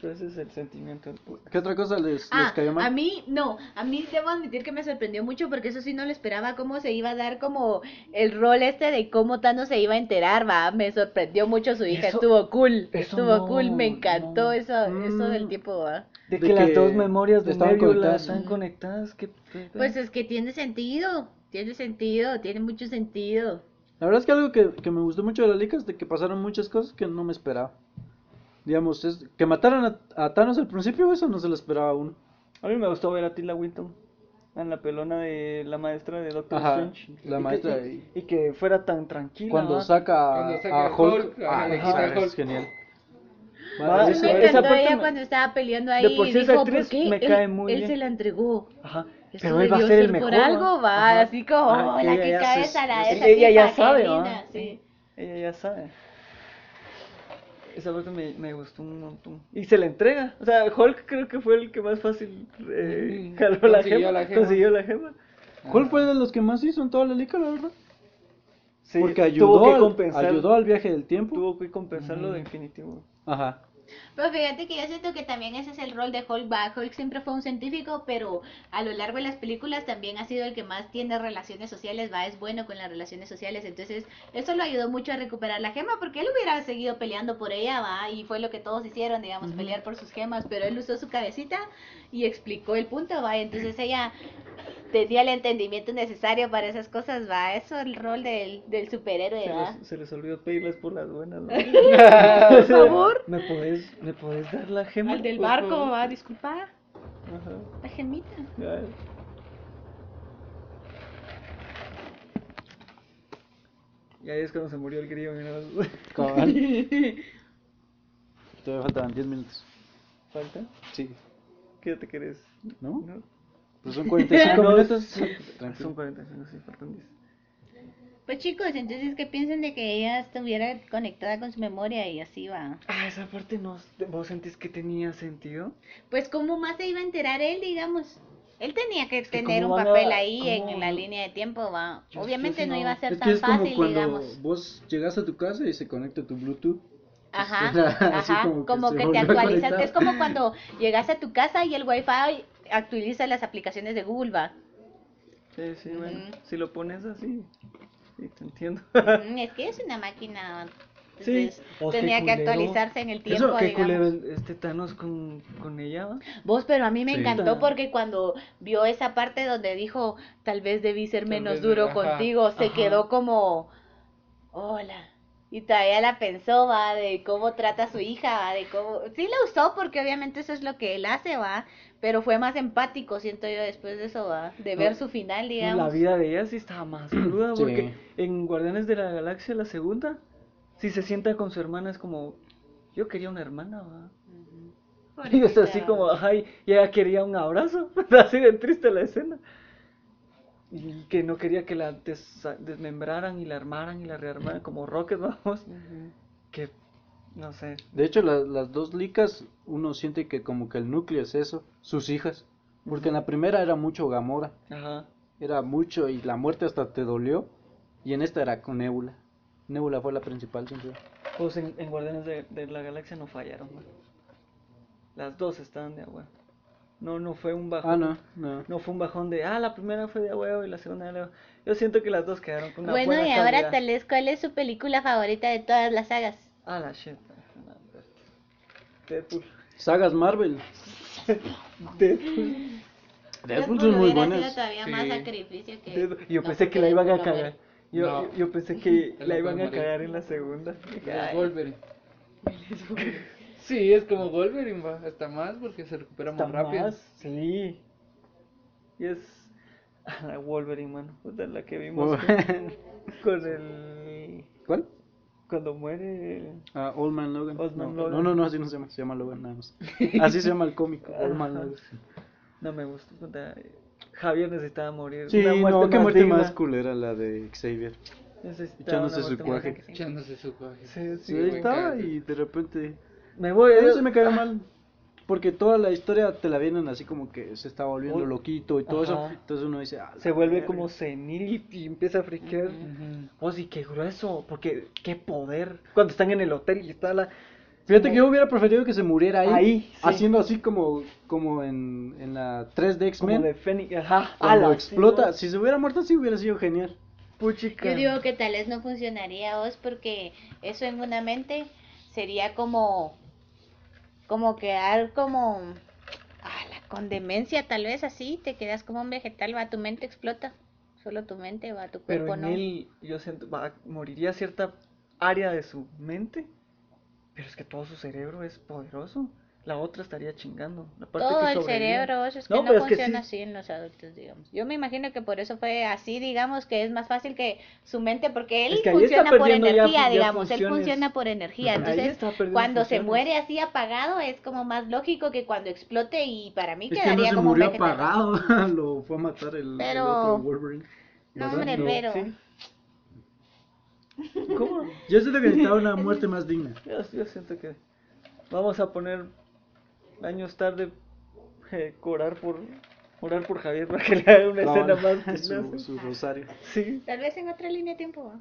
S2: Pero ese es el sentimiento.
S5: ¿Qué otra cosa les, les
S3: Ah,
S5: cayó mal?
S3: a mí no, a mí debo admitir que me sorprendió mucho porque eso sí no lo esperaba cómo se iba a dar como el rol este de cómo Thanos se iba a enterar, va, me sorprendió mucho su hija,
S2: Eso-
S3: estuvo cool,
S2: eso
S3: estuvo
S2: no,
S3: cool, me encantó
S2: no.
S3: eso, eso
S5: Mm.
S3: del tiempo, va.
S2: De,
S5: De
S2: que, las
S5: que
S2: dos memorias de
S5: estaban
S2: Nebula
S5: conectadas.
S2: están conectadas. Que,
S3: Pues es que tiene sentido, tiene sentido, tiene mucho sentido.
S5: La verdad es que algo que, que me gustó mucho de la liga es de que pasaron muchas cosas que no me esperaba. Digamos, es- que mataran a, a Thanos al principio, eso no se lo esperaba uno.
S2: A mí me gustó ver a Tilda Winton en la pelona de la maestra de Doctor
S5: Ajá,
S2: Strange.
S5: la
S2: Y que-
S5: maestra
S2: y,
S5: de-
S2: y que fuera tan tranquila.
S5: Cuando
S2: ¿va?
S5: saca,
S1: Cuando saca
S5: a
S1: a
S5: Hulk,
S1: Hulk, ajá, le
S5: ah,
S1: quita a
S5: esa es
S1: Hulk.
S5: genial. Ah,
S2: Va,
S5: Madre,
S2: eso-
S3: Ah, me
S2: esa
S3: encantó
S2: parte
S3: ella
S2: me-
S3: cuando estaba peleando ahí
S2: De por
S3: y
S2: sí esa
S3: dijo, "¿Por
S2: actriz
S3: qué
S2: me
S3: él,
S2: cae muy
S3: él
S2: bien".
S3: se la entregó?
S2: Ajá,
S3: Eso
S2: Pero él va a
S3: debió
S2: ser el
S3: ser
S2: mejor.
S3: por algo, va,
S2: Ajá.
S3: así como,
S2: Ajá, que
S3: la
S2: ella
S3: que
S2: ya se-
S3: cabeza, la
S2: es
S3: de esa
S2: que ella ya
S3: tipa,
S2: sabe, ¿va?
S3: Karina, sí.
S2: Ella ya sabe. Esa parte me, me gustó un montón. Y se la entrega. O sea, Hulk creo que fue el que más fácil eh,
S1: Ujú,
S2: jaló la
S1: consiguió
S2: gema,
S1: la gema.
S2: Consiguió la gema.
S5: Hulk fue de los que más hizo en toda la liga, la verdad.
S2: Sí,
S5: Porque ayudó,
S2: tuvo que
S5: al-
S2: compensar.
S5: ayudó al viaje del tiempo.
S2: Tuvo que compensar lo de Infinity War.
S5: Ajá.
S3: Pero fíjate que yo siento que también ese es el rol de Hulk. va, Hulk siempre fue un científico, pero a lo largo de las películas también ha sido el que más tiene relaciones sociales, va, es bueno con las relaciones sociales. Entonces, eso lo ayudó mucho a recuperar la gema, porque él hubiera seguido peleando por ella, va, y fue lo que todos hicieron, digamos, pelear por sus gemas, pero él usó su cabecita y explicó el punto, va, y entonces ella tenía el entendimiento necesario para esas cosas, va, eso es el rol del, del superhéroe,
S2: Se
S3: va.
S2: les, se les olvidó pedirlas por las buenas. ¿no?
S3: Por favor,
S2: ¿Me podés, ¿Me podés dar la gema?
S3: al del
S2: por
S3: barco,
S2: favor?
S3: va, disculpa,
S2: Ajá.
S3: la gemita.
S2: Ya. Y ahí es cuando se murió el grillo. mira.
S5: Cabal. Todavía faltaban 10 minutos.
S2: ¿Falta?
S5: Sí.
S2: ¿Qué te querés?
S5: ¿No?
S2: ¿No?
S5: Pues son 45
S2: No,
S5: minutos.
S2: sí.
S5: Tranquilo.
S2: Son 45, sí, faltan 10.
S3: Pues chicos, entonces, ¿qué piensan de que ella estuviera conectada con su memoria y así va?
S2: Ah, esa parte no. ¿Vos sentís que tenía sentido?
S3: Pues, ¿cómo más se iba a enterar él, digamos? Él tenía que
S2: que
S3: tener
S2: cómo
S3: un
S2: van a-
S3: papel ahí en
S2: cómo-
S3: la línea de tiempo, va.
S2: Yo- yo
S3: Obviamente
S2: sí
S3: no
S2: no-
S3: iba a ser
S5: Es que
S3: tan
S5: es como
S3: fácil,
S5: cuando
S3: digamos.
S5: vos llegas a tu casa y se conecta tu Bluetooth.
S3: Ajá,
S5: así
S3: ajá,
S5: como que
S3: como,
S5: se
S3: que, te
S5: volvió a
S3: actualizas.
S5: conectar.
S3: Es como cuando llegas a tu casa y el wifi actualiza las aplicaciones de Google, va.
S2: Sí, sí, bueno.
S3: Ujú.
S2: Si lo pones así. Sí, te entiendo.
S3: Mm, es que es una máquina.
S2: Sí.
S3: Entonces,
S2: Oh, qué
S3: tenía que
S2: culero.
S3: actualizarse en el tiempo,
S2: Eso, qué
S3: digamos.
S2: culero el- este Thanos con, con ella. ¿va?
S3: Vos, pero a mí me
S5: Sí.
S3: encantó porque cuando vio esa parte donde dijo, tal vez debí ser
S1: Tal
S3: menos
S1: vez,
S3: duro
S1: ajá,
S3: contigo, se
S2: ajá.
S3: quedó como, hola. Y todavía la pensó, va, de cómo trata a su hija, va, de cómo... Sí la usó porque obviamente eso es lo que él hace, va, pero fue más empático, siento yo, después de eso, va, de ver su final,
S2: La
S3: digamos.
S2: vida de ella sí estaba más cruda
S5: Sí.
S2: porque en Guardianes de la Galaxia, la segunda, si se sienta con su hermana es como, yo quería una hermana, ¿va?
S3: Ujú.
S2: Y es así
S3: Pobrecita.
S2: como, ay, ya quería un abrazo. así de triste la escena. Y que no quería que la desa- desmembraran y la armaran y la rearmaran como Rocket, vamos. Que, no sé.
S5: De hecho, la- las dos licas, uno siente que como que el núcleo es eso, sus hijas. Porque en la primera era mucho Gamora,
S2: Ajá.
S5: era mucho y la muerte hasta te dolió. Y en esta era con Nebula. Nebula fue la principal, sin duda.
S2: Pues en, en Guardianes de, de la Galaxia no fallaron, güey. Las dos están de agua. No, no fue un bajón.
S5: Ah, no, no.
S2: No fue un bajón de, ah, la primera fue de huevo y la segunda de huevo. Yo siento que las dos quedaron con una
S3: Bueno,
S2: buena
S3: y ahora
S2: calidad.
S3: tal vez, ¿cuál es su película favorita de todas las sagas?
S2: Ah, la shit. Deadpool.
S5: Sagas Marvel.
S2: Deadpool.
S5: Deadpool
S3: Deadpool
S5: son muy
S3: hubiera sido
S5: buenas.
S3: todavía
S1: Sí.
S3: más sacrificio que...
S2: Deadpool. Yo
S3: No,
S2: pensé
S3: porque
S2: que la iban a
S3: Deadpool no
S2: cagar. Yo,
S1: No.
S2: yo pensé que
S1: Te
S2: la
S1: lo
S2: iban a
S1: calmaré.
S2: cagar en la segunda. Dije,
S1: Es
S2: "Ay".
S1: Wolverine. Sí, es como Wolverine, va. Hasta más porque se recupera
S2: Está
S1: más rápido.
S2: más, sí. Y es a la Wolverine, mano. Puta, la que vimos
S5: Wolver-
S2: con, con el.
S5: ¿Cuál?
S2: Cuando muere. el-
S5: Ah, Old Man Logan.
S2: Old Man
S5: no,
S2: Logan.
S5: no, no, no, así no se llama, se llama Logan nada más. Así se llama el cómico, Old Man
S2: Ajá.
S5: Logan.
S2: No me gusta. puta. Javier necesitaba morir.
S5: Sí,
S2: una muerte
S5: no, qué muerte
S2: digna.
S5: más culera la de Xavier.
S2: Necesitaba
S5: echándose
S2: una
S5: su
S2: muerte más
S5: cuaje.
S2: digna.
S1: Echándose su coge.
S2: Sí, sí.
S5: Sí, Pues ahí
S1: buen
S5: estaba
S1: cambio.
S5: y de repente...
S2: Me voy eh.
S5: A mí
S2: yo-
S5: se me cayó mal, porque toda la historia te la vienen así como que se está volviendo
S2: Oh.
S5: loquito y todo eso.
S2: Ajá.
S5: Entonces uno dice... "Ah, la
S2: Se vuelve
S5: verga".
S2: como senil y empieza a friquear. Oh, sí, qué grueso. Porque qué poder. Cuando están en el hotel y está la.
S5: Fíjate que yo hubiera preferido que se muriera ahí,
S2: Ahí, sí.
S5: haciendo así como, como en, en la 3 de
S2: Como
S5: X-Men.
S2: de Fénix. Ajá.
S5: Cuando
S2: ala, sí,
S5: explota,
S2: ¿no?
S5: si se hubiera muerto así hubiera sido genial.
S2: Puchica.
S3: Yo digo que tal vez no funcionaría vos porque eso en una mente sería como como quedar como ah, la- con demencia tal vez así, te quedas como un vegetal, va tu mente explota, solo tu mente va tu
S2: Pero
S3: cuerpo
S2: en
S3: no.
S2: él, yo siento, va, moriría cierta área de su mente, pero es que todo su cerebro es poderoso. La otra estaría chingando. La parte
S3: Todo
S2: que
S3: el
S2: sobrevive.
S3: cerebro, eso es que
S2: No,
S3: no,
S2: pero es que
S3: funciona
S2: sí.
S3: así en los adultos, digamos. Yo me imagino que por eso fue así, digamos, que es más fácil que su mente, porque él
S2: Es que ahí está
S3: funciona por
S2: perdiendo ya-
S3: energía,
S2: ya
S3: digamos, él
S2: funciones.
S3: funciona por energía.
S2: Ahí
S3: Entonces,
S2: está perdiendo
S3: cuando se
S2: funciones.
S3: muere así apagado, es como más lógico que cuando explote y para mí
S5: Es que no
S3: quedaría
S5: se
S3: como un
S5: murió
S3: vegetal.
S5: apagado, lo fue a matar el, el
S3: Pero-
S5: otro Wolverine.
S3: No,
S5: ¿verdad?
S3: hombre,
S5: No.
S3: pero...
S2: sí.
S5: ¿Cómo? Yo siento que necesitaba una muerte más digna.
S2: Yo, yo siento que vamos a poner años tarde eh, orar por orar por Javier para que le haga una
S5: La
S2: escena
S5: bala,
S2: más.
S5: su, su rosario.
S2: Sí,
S3: Tal vez en otra línea de tiempo. ¿va?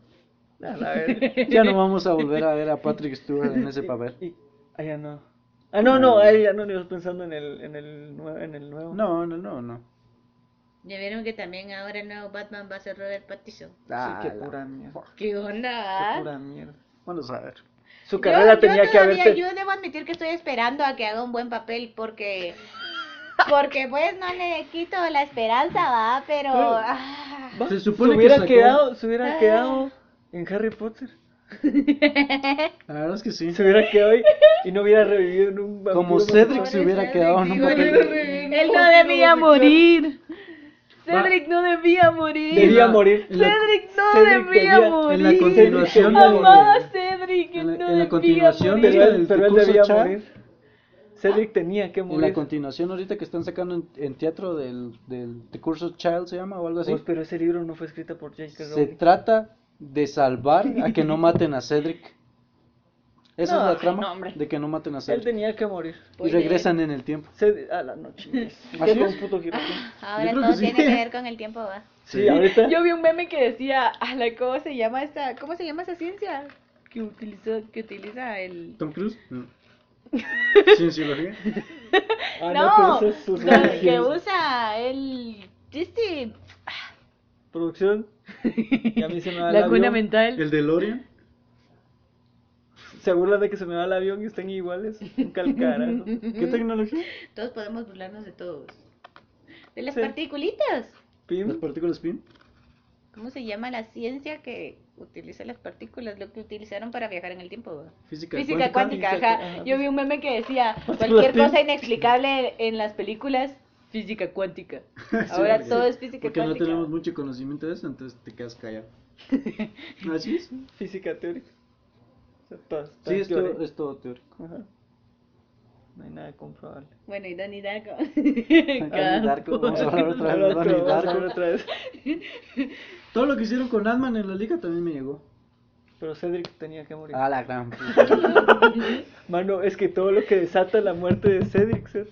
S2: a la verga.
S5: Ya no vamos a volver a ver a Patrick Stewart en ese papel.
S2: Y- ah, ya no. Ah, no, no, ahí ya no, yo pensando en el, en el, nue- en el nuevo.
S5: No, no, no, no.
S3: Ya vieron que también ahora el nuevo Batman va a ser Robert Pattinson.
S5: Ah,
S2: sí, qué
S5: la-
S2: pura mierda.
S3: ¿Qué onda?
S2: Qué
S3: va?
S2: pura mierda.
S5: Vamos a ver.
S2: Su
S3: Ah. Yo-
S2: carrera
S3: yo
S2: tenía que
S3: todavía-
S2: haberse.
S3: Yo debo admitir que estoy esperando a que haga un buen papel porque... Porque pues no le quito la esperanza, va, pero...
S2: Pero-
S3: ah,
S2: Va,
S5: Se supone que
S2: hubiera
S5: sacó-
S2: quedado, se hubiera
S3: Ah.
S2: quedado en Harry Potter.
S5: La verdad es que sí.
S2: Se hubiera quedado ahí y no hubiera revivido en un vampiro
S5: Como
S2: más
S5: Cedric
S2: joven.
S5: se hubiera
S3: Cedric,
S5: quedado en un
S3: digo,
S5: papel.
S3: él no debía morir. Cedric no debía morir.
S2: Debía morir.
S5: En la-
S3: Cedric no
S2: Cedric
S3: debía
S2: debía-
S3: morir.
S5: en la continuación de-
S3: Amaba a Cedric.
S5: en la-
S3: él no
S5: en la
S3: debía
S5: continuación
S3: morir.
S2: Pero él,
S5: del
S2: pero él
S5: discurso
S2: debía
S5: Chad.
S2: morir. Cedric tenía que
S5: En la
S2: morir.
S5: continuación ahorita que están sacando en, en teatro del, del The Curse of Child se llama o algo así.
S2: Pues, pero ese libro no fue escrito por J.K.
S5: Se
S2: Rowling.
S5: trata de salvar a que no maten a Cedric. Esa
S2: No,
S5: es
S2: ay,
S5: la trama
S2: no, hombre.
S5: de que no maten a
S2: Él
S5: Cedric.
S2: tenía que morir.
S3: Pues
S5: Y regresan en el tiempo.
S2: Cedric, a la noche.
S5: Así
S2: Qué con
S5: es.
S2: puto giro.
S3: Ahora
S5: Yo creo
S3: todo
S5: que sí.
S3: tiene que ver con el tiempo, va.
S2: Sí, ahorita.
S8: Yo vi un meme que decía, a la cómo se llama esta, cómo se llama esa ciencia que utiliza, que utiliza el
S5: ¿Tom Cruise? No. Cienciología.
S2: Ah,
S8: No,
S2: pero eso es sus
S8: no, que
S2: religiones.
S8: usa el este
S2: Producción. Y a mí se me va el
S8: laguna
S2: avión.
S8: mental.
S5: El DeLorean.
S2: Se burlan de que se me va el avión y están iguales. Un calcarazo.
S5: ¿Qué tecnología?
S3: Todos podemos burlarnos de todos. De las
S2: Sí.
S3: particulitas.
S5: Las
S2: Pim.
S5: partículas PIN.
S3: ¿Cómo se llama la ciencia que utiliza las partículas? Lo que utilizaron para viajar en el tiempo, va.
S5: Física,
S8: Física cuántica,
S2: ajá,
S8: ajá. Yo vi un meme que decía, cualquier cosa inexplicable en las películas, física cuántica.
S5: Sí,
S8: Ahora
S5: porque-
S8: todo es física
S5: Porque no
S8: cuántica.
S5: tenemos mucho conocimiento de eso, entonces te quedas callado. Así es.
S2: Física teórica. Todo está
S5: Sí, es
S2: teórico.
S5: todo, es todo teórico.
S2: Ajá. No hay nada comprobable.
S3: Bueno, y Donnie Darko. Ah,
S5: Donnie Darko, vamos a hablar otra
S2: Al
S5: vez de
S2: otro,
S5: Donnie
S2: vamos a ver
S5: Darko.
S2: otra vez.
S5: Todo lo que hicieron con Ant-Man en la liga también me llegó.
S2: Pero Cedric tenía que morir.
S5: A
S4: Ah,
S5: la gran
S2: Mano, es que todo lo que desata la muerte de Cedric Seth,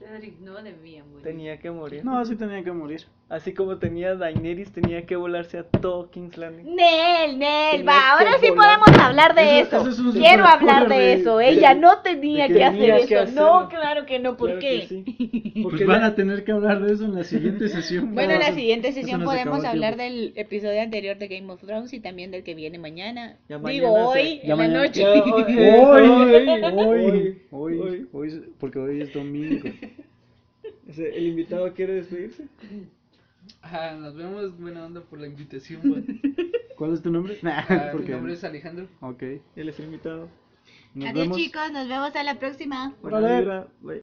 S6: Cedric no debía morir.
S2: tenía que morir.
S5: No, sí tenía que morir.
S2: Así como tenía Daenerys, tenía que volarse a todo King's Landing.
S3: Nel, Nel,
S2: Tenía
S3: va,
S2: que
S3: ahora sí
S2: volar.
S3: podemos hablar de
S5: Eso-
S3: eso.
S5: eso es un
S3: Quiero
S5: superpoder
S3: hablar de,
S5: de-
S3: eso.
S5: de-
S3: Ella no tenía
S2: de
S3: que,
S2: que
S3: hacer
S2: tenías
S3: eso.
S2: que
S3: No,
S2: hacerlo.
S3: claro que no, ¿por
S2: Claro
S3: qué?
S2: que sí.
S5: Porque
S2: Porque
S5: Pues van
S2: la-
S5: a tener que hablar de eso en la siguiente sesión.
S3: Bueno, en la siguiente
S5: eso
S3: sesión
S5: nos acabó
S3: podemos
S5: el
S3: hablar
S5: tiempo.
S3: del episodio anterior de Game of Thrones y también del que viene mañana.
S2: Ya
S3: Digo,
S2: mañana se-
S3: hoy,
S5: ya
S3: en la
S5: mañana.
S3: noche.
S2: Ya, hoy, eh,
S5: Hoy, hoy,
S2: hoy,
S5: hoy,
S2: hoy.
S5: hoy es- porque hoy es domingo.
S2: O sea, ¿El invitado quiere despedirse?
S1: Ajá, nos vemos, buena onda por la invitación, man.
S5: ¿Cuál es tu nombre? Nah,
S1: Ah, mi
S5: porque-
S1: nombre es Alejandro.
S5: Ok.
S2: Él es el invitado.
S5: Nos
S3: Adiós,
S5: vemos.
S3: chicos. Nos vemos a la próxima.
S2: Buena
S5: Vale.
S2: vibra, bye.